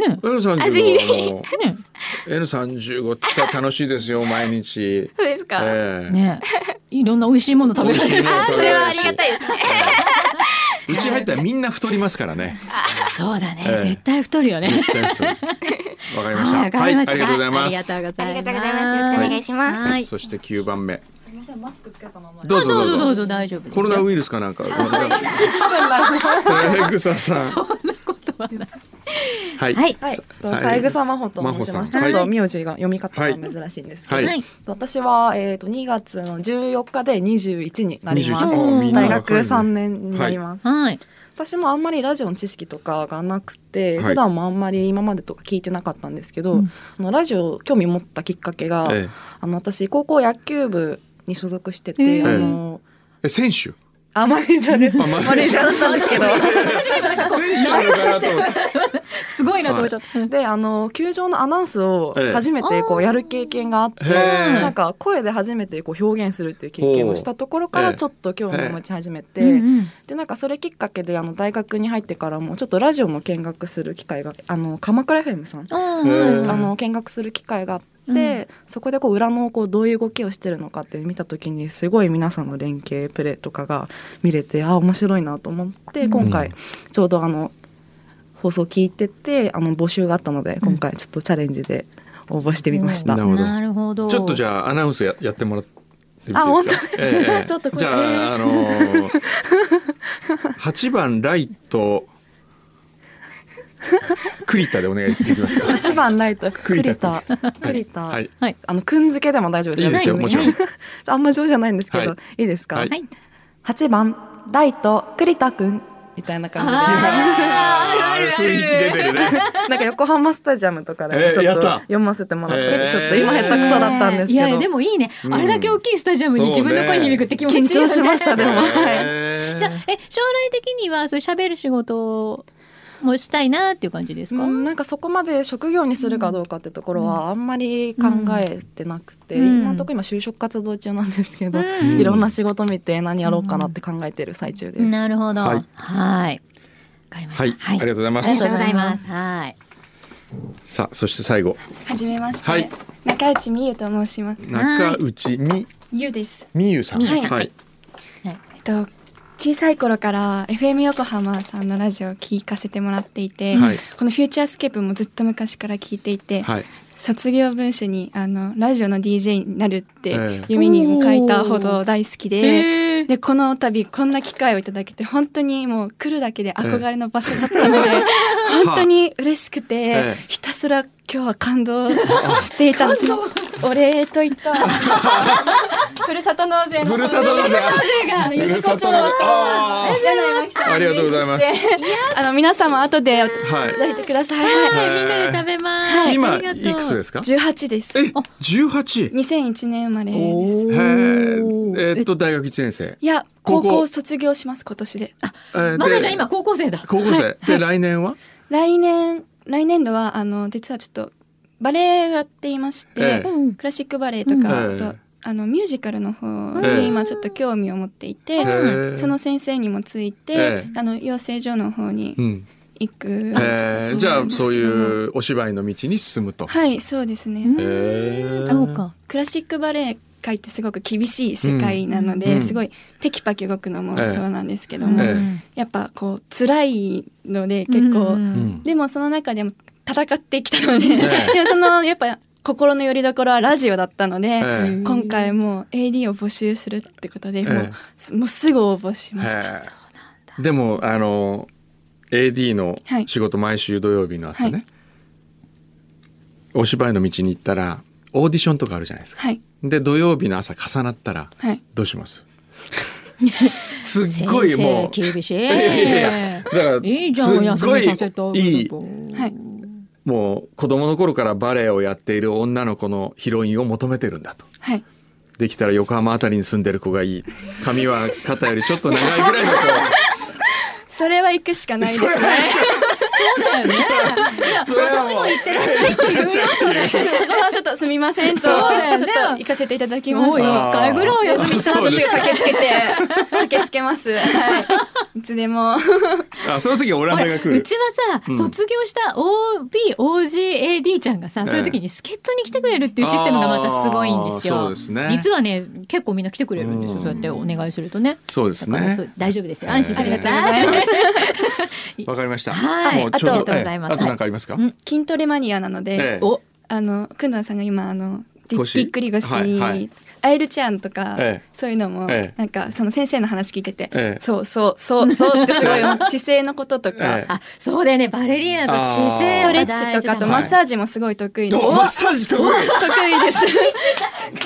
Speaker 2: ね
Speaker 12: あぜひ
Speaker 1: はもう N35 って楽しいですよ毎日
Speaker 12: そうですか
Speaker 1: ええ
Speaker 2: ねいろんな美味しいもの食べられ
Speaker 1: 美味し
Speaker 2: る
Speaker 1: いもの食べられるあーそれはありが
Speaker 12: たいですね
Speaker 1: うち入ったらみんな太りますからね
Speaker 2: そうだね、
Speaker 1: ええ
Speaker 2: 絶対太るよね
Speaker 1: 絶対太るわかりました
Speaker 2: わか
Speaker 1: は
Speaker 2: り
Speaker 1: いあ
Speaker 2: ま
Speaker 1: り
Speaker 2: した
Speaker 1: がとうございます
Speaker 2: ありがとうございます
Speaker 12: ありがとうございますよろしくお願いします、
Speaker 2: はい
Speaker 1: そして九番目
Speaker 13: マスクつけたまま
Speaker 1: どうぞどうぞ
Speaker 2: どうぞ大丈夫ですよ
Speaker 1: コロナウイルスかなんか三枝さんはい
Speaker 13: はい、
Speaker 1: はい
Speaker 13: と三枝真帆と申します。ちょっと名字が読み方が珍しいんですけど、
Speaker 1: はいはい
Speaker 13: 私はえっ、と2月の14日で21になります。
Speaker 1: 21あみんな
Speaker 13: 大
Speaker 1: 若いね
Speaker 13: 学3年になります。
Speaker 2: はい。
Speaker 13: 私もあんまりラジオの知識とかがなくて、
Speaker 1: はい
Speaker 13: 普段もあんまり今までとか聞いてなかったんですけど、あのラジオ興味持ったきっかけが、
Speaker 1: ええ
Speaker 13: あの私高校野球部に所属してて、
Speaker 1: ええ
Speaker 13: あの
Speaker 1: え選手
Speaker 13: あマネージャーです。
Speaker 1: あマネージャー
Speaker 13: マネージャーだったんですけど。
Speaker 2: 私も今なんかこう
Speaker 1: 選手なのかなと思っ
Speaker 13: すごいなと思っちゃった。で、あの球場のアナウンスを初めてこうやる経験があって、
Speaker 1: へえ
Speaker 13: なんか声で初めてこう表現するっていう経験をしたところか
Speaker 1: ほう
Speaker 13: ら
Speaker 1: ええ
Speaker 13: ちょっと興味を持ち始めて、
Speaker 1: ええうん
Speaker 13: でなんかそれきっかけであの大学に入ってからもちょっとラジオの見学する機会があの鎌倉 FM さん、
Speaker 1: うん
Speaker 13: あの見学する機会があって。そこでこう裏のこうどういう動きをしてるのかって見た時にすごい皆さんの連携プレーとかが見れてあ面白いなと思って
Speaker 14: うん
Speaker 13: 今回ちょうどあの放送聞いててあの募集があったので今回ちょっとチャレンジで応募してみました。
Speaker 1: なるほど
Speaker 2: なるほど
Speaker 1: ちょっとじゃあアナウンスややってもらってみていいですか
Speaker 13: あ本当ですか
Speaker 1: ええ
Speaker 13: ちょっとこれ
Speaker 1: じゃああのー、8番ライト栗田でお願いできますか
Speaker 13: 8番ライト栗田栗田、
Speaker 1: はい
Speaker 13: あのくんづけでも大丈夫です
Speaker 1: いいですよ
Speaker 13: く
Speaker 1: もちろん
Speaker 13: あんま上手じゃないんですけど、、
Speaker 1: はい
Speaker 13: いですか、
Speaker 1: はい
Speaker 13: 八8番ライト栗田くんみたいな感じで
Speaker 1: ある雰囲気出てるね
Speaker 13: なんか横浜スタジアムとかで
Speaker 1: えー
Speaker 13: もちょ
Speaker 1: や
Speaker 13: っ
Speaker 1: っ
Speaker 13: と
Speaker 1: た
Speaker 13: 読ませてもらって、
Speaker 1: えー
Speaker 13: ちょっと今下手くそだったんですけど、
Speaker 2: いやいやでもいいね、
Speaker 13: うん
Speaker 2: あれだけ大きいスタジアムに自分の声響くって気持ちいい、ね
Speaker 13: そうね緊張しましたでも
Speaker 1: は
Speaker 2: じゃあえ将来的にはそういう喋る仕事もしたいなっていう感じですか、
Speaker 13: うんなんかそこまで職業にするかどうかってところはあんまり考えてなくて、
Speaker 2: うん
Speaker 13: 今のところ今就職活動中なんですけど、
Speaker 2: うん
Speaker 13: いろんな仕事見て何やろうかなって考えてる最中です。
Speaker 2: なるほど
Speaker 13: は
Speaker 2: はいいはい
Speaker 1: はい、ありがとうございま
Speaker 2: ありがとうご
Speaker 1: す
Speaker 2: ざいますはい
Speaker 1: さあそして最後
Speaker 15: はじめまして、
Speaker 1: はい
Speaker 15: 中内美優と申します。
Speaker 1: 中内み
Speaker 15: 優です。
Speaker 1: みゆさん
Speaker 15: みゆさん
Speaker 1: はい
Speaker 15: えっと小さい頃から FM 横浜さんのラジオを聞かせてもらっていて、
Speaker 1: はい
Speaker 15: このフューチャースケープもずっと昔から聞いていて、
Speaker 1: はい
Speaker 15: 卒業文集にあのラジオの DJ になるって
Speaker 1: ええ
Speaker 15: 夢にも書いたほど大好きで、
Speaker 1: へ
Speaker 15: でこの度こんな機会をいただけて本当にもう来るだけで憧れの場所だったので、 本当に嬉しくて、
Speaker 1: ええ
Speaker 15: ひたすら今日は感動していたんです。お礼といった。ふるさと納税の
Speaker 1: ふるさと納税
Speaker 15: あのゆずこしょ
Speaker 1: ふるさと
Speaker 15: う
Speaker 1: 納税あー
Speaker 15: いただきました
Speaker 1: ありがとうございます
Speaker 15: あの皆様後でい
Speaker 1: はい
Speaker 15: ただいてください。
Speaker 1: はいみんなで食
Speaker 15: べます
Speaker 1: 今いくつですか
Speaker 15: 十八です。
Speaker 1: 十八。
Speaker 15: 二千一年生まれです。
Speaker 1: へーえーっと大学一年生
Speaker 15: いや
Speaker 1: 高
Speaker 15: 高
Speaker 1: 校
Speaker 15: 校卒業します今年で。
Speaker 1: えーで
Speaker 15: 高校生だ
Speaker 1: 高校生で来年は
Speaker 15: 来年来年度はあの実はちょっとバレエをやっていまして、
Speaker 14: ええ
Speaker 15: クラシックバレエとか、
Speaker 14: うん
Speaker 15: あとあのミュージカルの方
Speaker 14: ええ
Speaker 15: に今ちょっと興味を持っていて、
Speaker 14: ええ
Speaker 15: その先生にもついて、
Speaker 1: ええ
Speaker 15: あの養成所の方に
Speaker 1: うん
Speaker 15: 行く、
Speaker 1: えーじゃあそう
Speaker 15: う
Speaker 1: いうお芝居の道に進むと。
Speaker 15: はいそうですね、
Speaker 1: えー
Speaker 15: クラシックバレエ界ってすごく厳しい世界なの
Speaker 1: うん
Speaker 15: で、
Speaker 1: うん
Speaker 15: すごいテキパキ動くのも
Speaker 1: ええ
Speaker 15: そうなんですけども、
Speaker 1: え
Speaker 15: やっぱこう辛いので結構、
Speaker 1: うんうん
Speaker 15: でもその中でも戦ってきたので、
Speaker 1: ええ
Speaker 15: でもそのやっぱ心の拠り所はラジオだったので、
Speaker 1: ええ
Speaker 15: 今回もう AD を募集するってことで、も
Speaker 1: え
Speaker 15: うすもうすぐ応募しました。
Speaker 1: へーでもあの AD の
Speaker 15: はい
Speaker 1: 仕事毎週土曜日の朝ね、
Speaker 15: はい
Speaker 1: お芝居の道に行ったらオーディションとかあるじゃないですか。
Speaker 15: はい
Speaker 1: で土曜日の朝重なったら
Speaker 15: はい
Speaker 1: どうします？すっごいもう
Speaker 2: 先生厳しい。
Speaker 1: いやいやいやだから
Speaker 2: いいじゃん
Speaker 1: すっごい
Speaker 2: お休みさせてあげ
Speaker 1: いい
Speaker 15: はい
Speaker 1: もう子供の頃からバレエをやっている女の子のヒロインを求めてるんだと。
Speaker 15: はい
Speaker 1: できたら横浜あたりに住んでる子がいい。髪は肩よりちょっと長いぐらいの子。
Speaker 15: それは行くしかないですね。そうだよね。私も行ってらっしゃいって言うよ。それ。そこはちょっとすみませんと、ち
Speaker 2: そ
Speaker 15: ょ
Speaker 2: う
Speaker 15: っ
Speaker 2: だよね
Speaker 15: と行かせていただきます。
Speaker 2: もう一回ぐらいお休みしたら
Speaker 15: 私が駆けつけて
Speaker 2: あそうで、
Speaker 15: 駆けつけます。はい。いつでも。
Speaker 1: あ、その時オランダが来る。
Speaker 2: うちはさ、
Speaker 1: うん
Speaker 2: 卒業した OB、OG、AD ちゃんがさ、そういう時に助っ人に来てくれるっていうシステムがまたすごいんですよ。
Speaker 1: あーそうですね
Speaker 2: 実はね、結構みんな来てくれるんですよ。そうやってお願いするとね。
Speaker 1: そうです
Speaker 2: だからそ
Speaker 1: ね
Speaker 2: う。大丈夫ですよ。 安心してください。
Speaker 15: ありがとうございます
Speaker 1: わかりました。
Speaker 15: はい
Speaker 1: もうちょ
Speaker 15: あ
Speaker 1: う
Speaker 15: と
Speaker 1: どええ
Speaker 15: ありがとうございます
Speaker 1: あと何かありますか？
Speaker 15: 筋トレマニアなの
Speaker 1: ええ
Speaker 15: で、
Speaker 1: お
Speaker 15: あの、くんどんさんが今、あの、ぎ
Speaker 1: 腰
Speaker 15: ぎっくり腰、
Speaker 1: はいはい
Speaker 15: アイルチェアンとか、
Speaker 1: ええ
Speaker 15: そういうのも、
Speaker 1: ええ
Speaker 15: なんかその先生の話聞いてて、
Speaker 1: ええ
Speaker 15: そうそうそうそうって すごい思って姿勢のこととか、
Speaker 1: ええあ
Speaker 15: そうだよねバレリ
Speaker 1: ナ
Speaker 15: ー
Speaker 1: と姿勢
Speaker 15: ストレ
Speaker 1: は大事だ
Speaker 15: ッチとかあと
Speaker 1: はい
Speaker 15: マッサージもすごい得意で、
Speaker 1: おマッサージ得意
Speaker 15: お 得意です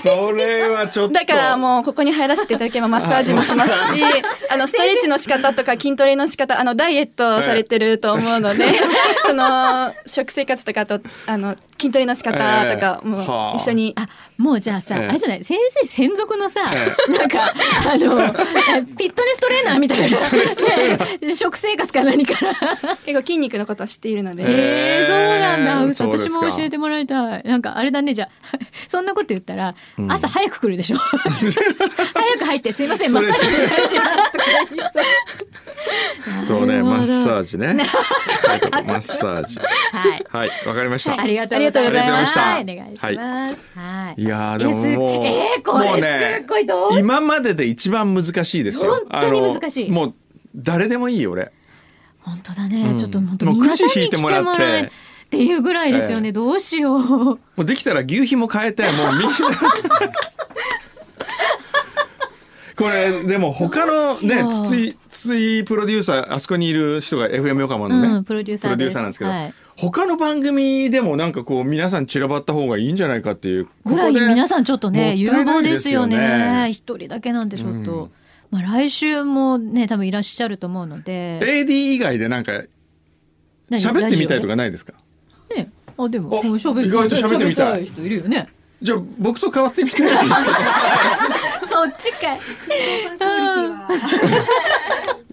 Speaker 1: それはちょっと。
Speaker 15: だからもうここに入らせていただければマッサージもしますし
Speaker 1: は、
Speaker 15: あのストレッチの仕方とか筋トレの仕方、あのダイエットされてると思うので
Speaker 1: え え、
Speaker 15: その食生活とかあとあの筋トレの仕方とか
Speaker 2: ええは
Speaker 15: も
Speaker 2: あ
Speaker 15: う一緒に、
Speaker 2: あもうじゃあさ、
Speaker 15: ええ
Speaker 2: あれじゃない先生専属のさ、
Speaker 15: え
Speaker 2: なんかあのフィットネストレーナーみたいなね食生活か何から
Speaker 15: 結構筋肉のことは知っているので、
Speaker 2: えー、そうなんだ、嘘
Speaker 15: そうです
Speaker 2: 私
Speaker 15: か
Speaker 2: も教えてもらいたいなんかあれだ ねじゃあそんなこと言ったら、
Speaker 15: うん
Speaker 2: 朝早く来る でしょ早く入ってすいませんマッサージお願いしますとか言いそう
Speaker 1: そうね、マッサージね。
Speaker 2: な
Speaker 1: はいマッサージ。
Speaker 2: はい。
Speaker 1: はい、わかりました。
Speaker 2: ありがとうございます
Speaker 1: あ
Speaker 2: お
Speaker 1: りが
Speaker 2: 願
Speaker 1: とう
Speaker 2: い
Speaker 1: ご
Speaker 2: し
Speaker 1: ざいました。
Speaker 2: ますはい
Speaker 1: いやーでももう、
Speaker 2: いやすえーこれ
Speaker 1: もうね
Speaker 2: すっごいどうし
Speaker 1: 今までで一番難しいですよ。
Speaker 2: 本当に難しい
Speaker 1: あのもう誰でもいいよ俺。
Speaker 2: 本当だね、
Speaker 1: うん
Speaker 2: ちょっと本当
Speaker 1: もう
Speaker 2: 皆さん
Speaker 1: くじ引
Speaker 2: に
Speaker 1: い
Speaker 2: 来
Speaker 1: て
Speaker 2: て
Speaker 1: も
Speaker 2: も
Speaker 1: ら
Speaker 2: ら
Speaker 1: って
Speaker 2: えっていうぐらいですよね、どうしよう
Speaker 1: もうできたら牛皮も変えてもうみんな。 これでも他のね
Speaker 2: どうしよう
Speaker 1: 筒井筒井プロデューサーあそこにいる人が FM 横浜のね、
Speaker 2: うんプロデューサーです
Speaker 1: なんですけど、
Speaker 2: はい
Speaker 1: 他の番組でもなんかこう皆さん散らばった方がいいんじゃないかっていう
Speaker 2: ぐらい皆さんちょっとね
Speaker 1: もった
Speaker 2: 有
Speaker 1: いな
Speaker 2: 望
Speaker 1: い
Speaker 2: で
Speaker 1: ですす
Speaker 2: よ
Speaker 1: よね
Speaker 2: ね一人だけなんでちょっと、まあ来週もね多分いらっしゃると思うので
Speaker 1: AD 以外でなんか
Speaker 2: 何
Speaker 1: 喋ってみたいとかないですか
Speaker 2: ねあでももう喋
Speaker 1: 意外と喋ってみたい
Speaker 2: 喋り人いるよね
Speaker 1: じゃあ僕と交わってみ たい
Speaker 2: そっちかい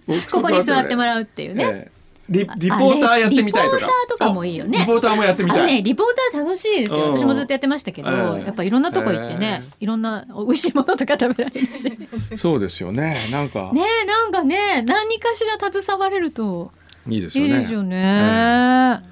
Speaker 1: 僕と
Speaker 2: ここに座って
Speaker 1: ら
Speaker 2: もらうっていうね、
Speaker 1: ええリリポーターやってみたいと
Speaker 2: リポ
Speaker 1: か
Speaker 2: ーターとかもいいよね
Speaker 1: リポーターもやってみたい
Speaker 2: あれねリポーター楽しいですよ
Speaker 1: うん
Speaker 2: 私もずっとやってましたけど、
Speaker 1: ええ
Speaker 2: やっぱいろんなとこ行ってね、いろんな美味しいものとか食べられるしね
Speaker 1: そうですよねなんか、
Speaker 2: えなんかね何かしら携われると
Speaker 1: いいです
Speaker 2: い
Speaker 1: よ
Speaker 2: い
Speaker 1: ね
Speaker 2: ですよね、いやー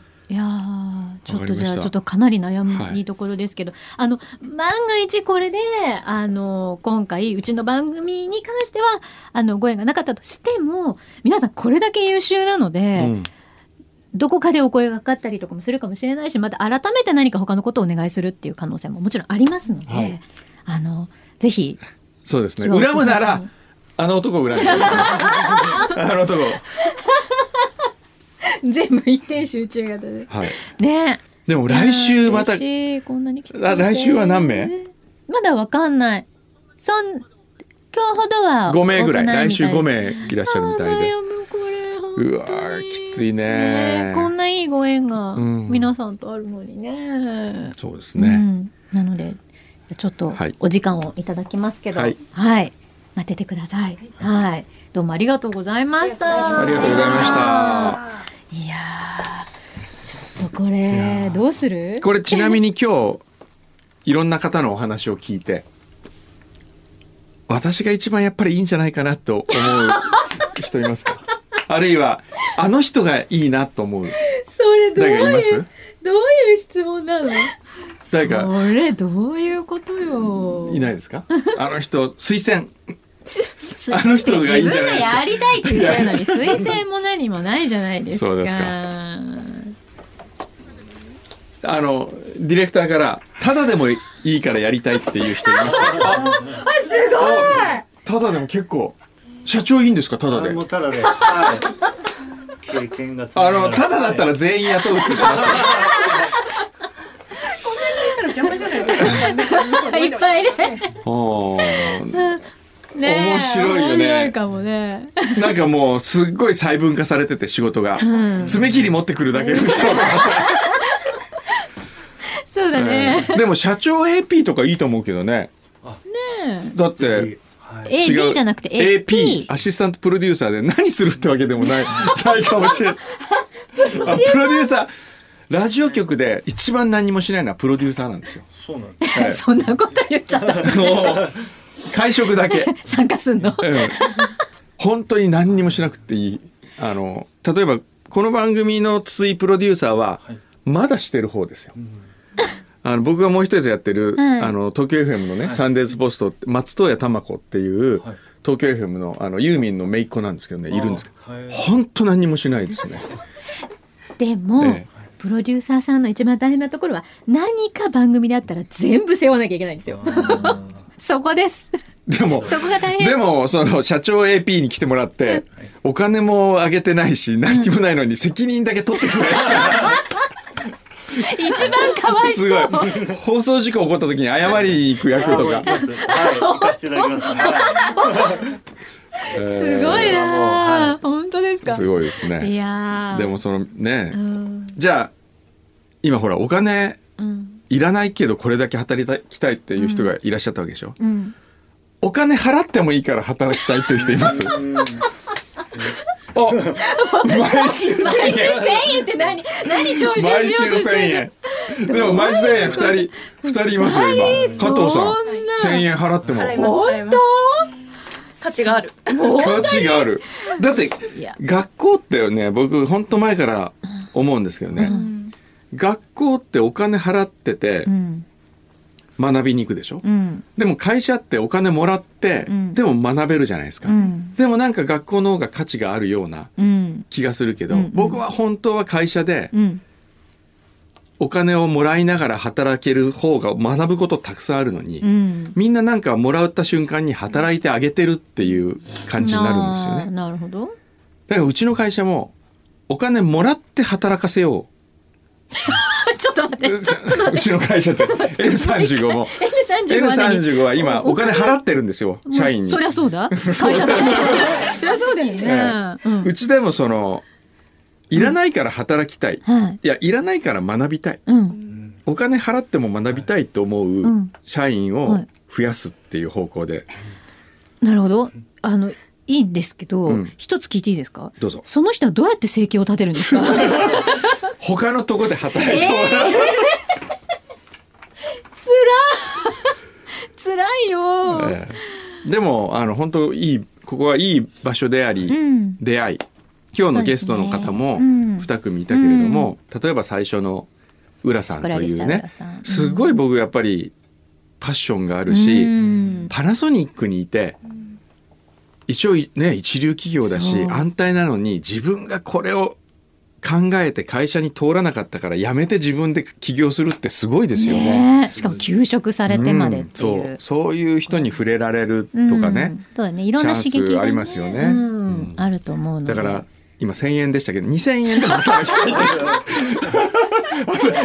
Speaker 2: ちょっとじゃ
Speaker 1: わかりまし
Speaker 2: あ
Speaker 1: た
Speaker 2: ちょっとかなり悩
Speaker 1: はい
Speaker 2: むところですけど、あの万が一これであの今回うちの番組に関してはあのご縁がなかったとしても皆さんこれだけ優秀なので、
Speaker 1: うん
Speaker 2: どこかでお声がかかったりとかもするかもしれないしまた改めて何か他のことをお願いするっていう可能性ももちろんありますので、
Speaker 1: はい
Speaker 2: あのぜ ひ
Speaker 1: そうですね
Speaker 2: 気を
Speaker 1: 恨むならあの男を恨んで あの男を
Speaker 2: 全部一点集中型で
Speaker 1: はい
Speaker 2: ね
Speaker 1: でも来週また
Speaker 2: いやー嬉しいこんなに来てくれて
Speaker 1: あ来週は何名
Speaker 2: まだわかんない。そん今日ほどは
Speaker 1: 5名ぐらい
Speaker 2: 多くな
Speaker 1: 来
Speaker 2: みた
Speaker 1: 週
Speaker 2: です
Speaker 1: 5名いらっしゃるみたいでうわーきついね
Speaker 2: ねこんないいご縁が
Speaker 1: うん
Speaker 2: 皆さんとあるのにね。
Speaker 1: そうですね、
Speaker 2: うんなのでちょっと
Speaker 1: はい
Speaker 2: お時間をいただきますけど、
Speaker 1: は
Speaker 2: はいい、待っててください。はい、どうもありがとうございました。
Speaker 1: ありがとうございました
Speaker 2: いやーちょっとこれどうする
Speaker 1: これちなみに今日いろんな方のお話を聞いて私が一番やっぱりいいんじゃないかなと思う人いますか あるいはあの人がいいなと思う
Speaker 2: それどう
Speaker 1: 誰かいま
Speaker 2: い
Speaker 1: す
Speaker 2: うどういう質問なの
Speaker 1: 誰か
Speaker 2: それどういうことよ
Speaker 1: いないですか あの人推 薦あの人がいいんじゃないですか
Speaker 2: 自分がやりたいって言ったのに推薦も何もないじゃないですか
Speaker 1: そうですかあのディレクターからただでもいいからやりたいっていう人いますか
Speaker 2: あ
Speaker 1: ただでも結構社長いいんですかただで
Speaker 6: もうただで、はい、経験が
Speaker 1: あのただだったら全員雇うって言ってますよ
Speaker 2: すごいいっぱいね
Speaker 1: おー
Speaker 2: ねえ
Speaker 1: 面白いよね
Speaker 2: 面白いかもね
Speaker 1: なんかもうすっごい細分化されてて仕事が、
Speaker 2: うん
Speaker 1: 爪切り持ってくるだけの人とかさ、
Speaker 2: そうだね、
Speaker 1: うんでも社長 AP とかいいと思うけどね
Speaker 2: ね
Speaker 1: だって、
Speaker 2: え AB じゃなくて
Speaker 1: AP アシスタントプロデューサーで何するってわけでもないないかもしれないあプロデューサーラジオ局で一番何もしないのはプロデューサーなんですよ
Speaker 6: そうなん
Speaker 1: ですはい
Speaker 2: そんなこと言っちゃった
Speaker 1: もう会食だけ
Speaker 2: 参加すんの
Speaker 1: うん本当に何にもしなくていいあの例えばこの番組の筒井プロデューサーはまだしてる方ですよ、あの僕がもう一つやってる、
Speaker 3: はい
Speaker 1: あの東京 FM のね、
Speaker 3: はい
Speaker 1: サンデーズポストって松任谷玉子っていう、東京 FM のあのユーミンの姪っ子なんですけどねいるんですけど、本当何にもしないです ね
Speaker 2: でも、
Speaker 1: ええ
Speaker 2: プロデューサーさんの一番大変なところは何か番組であったら全部背負わなきゃいけないんですよそこです
Speaker 1: でも
Speaker 2: そこが大変
Speaker 1: でもその社長 AP に来てもらって、お金もあげてないし何にもないのに責任だけ取ってくれる
Speaker 2: 一番かわいそ
Speaker 1: す
Speaker 2: う
Speaker 1: ごい放送事故起こった時に謝りに行く役とか
Speaker 6: 行かせていただきます
Speaker 1: す
Speaker 2: すごいなあ本当ですか
Speaker 1: すごいですね
Speaker 2: いやあ
Speaker 1: でもそのね
Speaker 2: うん
Speaker 1: じゃあ今ほらお金
Speaker 2: うん
Speaker 1: いらないけどこれだけ働きたいっていう人がいらっしゃったわけでしょ、
Speaker 2: うん
Speaker 1: お金払ってもいいから働きたいっていう人いますあ毎週1000
Speaker 2: 毎週1000
Speaker 1: 円
Speaker 2: 円って何何徴収しよ
Speaker 1: 毎週
Speaker 2: うとし
Speaker 1: 1000
Speaker 2: てる
Speaker 1: 円でも毎週1000円2人2人いますよ今
Speaker 2: 二人
Speaker 1: 加藤さ
Speaker 2: そん
Speaker 1: ん
Speaker 2: な
Speaker 1: 1000円払っても
Speaker 2: の本当
Speaker 13: 価値がある
Speaker 1: 価値があるだって
Speaker 2: いや
Speaker 1: 学校ってね僕ほんと前から思うんですけどね、学校ってお金払ってて
Speaker 2: うん
Speaker 1: 学びに行くでしょ、
Speaker 2: うん
Speaker 1: でも会社ってお金もらって、
Speaker 2: うん
Speaker 1: でも学べるじゃないですか、
Speaker 2: うん
Speaker 1: でもなんか学校の方が価値があるような
Speaker 2: うん
Speaker 1: 気がするけど、
Speaker 2: うんうん
Speaker 1: 僕は本当は会社で
Speaker 2: うん
Speaker 1: お金をもらいながら働ける方が学ぶことたくさんあるのに、
Speaker 2: うん
Speaker 1: みんななんかもらった瞬間に働いてあげてるっていう感じになるんですよね
Speaker 2: なあなるほど
Speaker 1: だからうちの会社もお金もらって働かせよう
Speaker 2: ちょっと待って、ちょちょっと待
Speaker 1: う
Speaker 2: って。
Speaker 1: ちの会 社って L35 も
Speaker 2: N35 は何
Speaker 1: L35 は今お金払ってるんですよ
Speaker 2: もう
Speaker 1: 社員に
Speaker 2: そりゃそうだ。会社だ。そりゃそうだよね。うん
Speaker 1: うちでもそのいらないから働きたい、
Speaker 2: はい。
Speaker 1: いやいらないから学びたい
Speaker 2: うん。
Speaker 1: お金払っても学びたいと思
Speaker 2: う
Speaker 1: うん社員
Speaker 2: は
Speaker 1: を
Speaker 2: い
Speaker 1: 増やすっていう方向で
Speaker 2: なるほど。あの、いいんですけど
Speaker 1: うん、
Speaker 2: 一つ聞いていいですか
Speaker 1: どうぞ
Speaker 2: その人はどうやって生計を立てる んですか
Speaker 1: 他のとこで働
Speaker 2: え
Speaker 1: いてもらう、
Speaker 2: つら辛いよ。
Speaker 1: ええ でもあの本当いいここはいい場所であり、
Speaker 2: うん
Speaker 1: 出会い今日のゲストの方も
Speaker 2: うん
Speaker 1: 2組いたけれども、例えば最初の浦さんという
Speaker 2: 桜で
Speaker 1: ね
Speaker 2: した浦さん
Speaker 1: すごい僕やっぱりパッションがあるし、
Speaker 2: うん
Speaker 1: パナソニックにいて一応ね一流企業だし
Speaker 2: そう
Speaker 1: 安泰なのに自分がこれを考えて会社に通らなかったから辞めて自分で起業するってすごいですよね。
Speaker 2: ねえしかも休職されてまでってい
Speaker 1: うん
Speaker 2: う。
Speaker 1: そうそういう人に触れられるとかね、
Speaker 2: うんそうだね。いろんな刺激
Speaker 1: チャンス
Speaker 2: が
Speaker 1: ありますよね
Speaker 2: うんあると思うので。
Speaker 1: だから今1,000円でしたけど2,000円 でも働きたい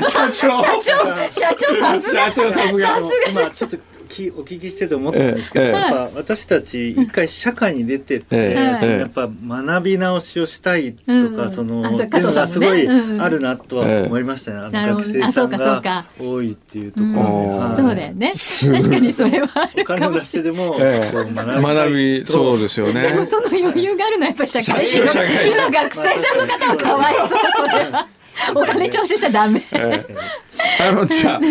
Speaker 1: 社長
Speaker 2: 社長社長さすが
Speaker 1: 社長さすが
Speaker 6: 今ちょっときお聞きしてて思ったんですけど、
Speaker 1: ええ
Speaker 6: やっぱ私たち一回社会に出てって、
Speaker 1: ええ
Speaker 6: そのやっぱ学び直しをしたいとか、
Speaker 2: うん
Speaker 6: そ
Speaker 2: あそ
Speaker 6: の
Speaker 2: う加藤さんもね
Speaker 6: すごい
Speaker 2: うん
Speaker 6: あるなとは思いましたね、
Speaker 2: な
Speaker 6: あ
Speaker 2: る
Speaker 6: の
Speaker 2: ほ
Speaker 6: 学
Speaker 2: ど
Speaker 6: 生さん
Speaker 2: あそう
Speaker 6: が
Speaker 2: か
Speaker 6: 多いっていうところで、
Speaker 1: うん
Speaker 6: はい
Speaker 2: そうだよね。確かにそれはある
Speaker 6: お金
Speaker 2: か
Speaker 6: を
Speaker 2: も
Speaker 6: 出してでも、
Speaker 1: ええ
Speaker 6: こう学びたい
Speaker 1: 学びそうですよね
Speaker 2: で もその余裕があるのはやっぱり社会人
Speaker 1: 社会人
Speaker 2: 今学生さんの方はかわいそうそれはお金徴収しちゃダメ。
Speaker 1: ええあのじゃあ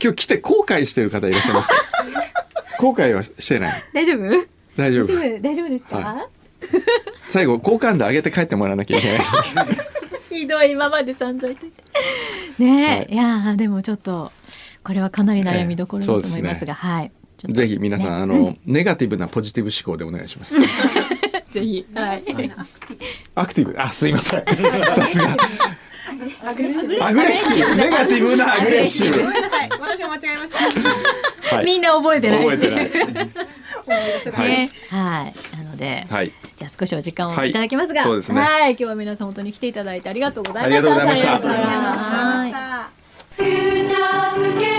Speaker 1: 今日来て後悔してる方いらっしゃい ます。後悔はしてない。
Speaker 2: 大丈夫？
Speaker 1: 大丈夫。
Speaker 2: 大丈夫です
Speaker 1: は
Speaker 2: か？
Speaker 1: 最後好感度上げて帰ってもらわなきゃいけない。
Speaker 2: ひどい今まで散々言ってねえ、い、やーでもちょっとこれはかなり悩みどころだと思いま
Speaker 1: ええそうです
Speaker 2: すが、
Speaker 1: ね
Speaker 2: はい。ちょっと
Speaker 1: ぜひ皆さん、
Speaker 2: ね
Speaker 1: あ
Speaker 2: う
Speaker 1: のネガティブなポジティブ思考でお願いします。
Speaker 2: ぜひはい。
Speaker 1: アクティブあすいません。さすが
Speaker 15: アグレッシブ
Speaker 1: アグレッシブネガティブなアグレッシブ。
Speaker 15: ごめんなさい私が間違えました
Speaker 1: はい
Speaker 2: みんな覚えてない。
Speaker 1: 覚え てない。はい
Speaker 2: ね、はい、なので、
Speaker 1: はい。
Speaker 2: じゃあ少しお時間を
Speaker 1: はい
Speaker 2: いただきますが、
Speaker 1: そうですね
Speaker 2: はい、今日は皆さん本当に来ていただいてありがとうございました。
Speaker 1: ありがとうございました
Speaker 2: さようなら
Speaker 15: フューチャースケープ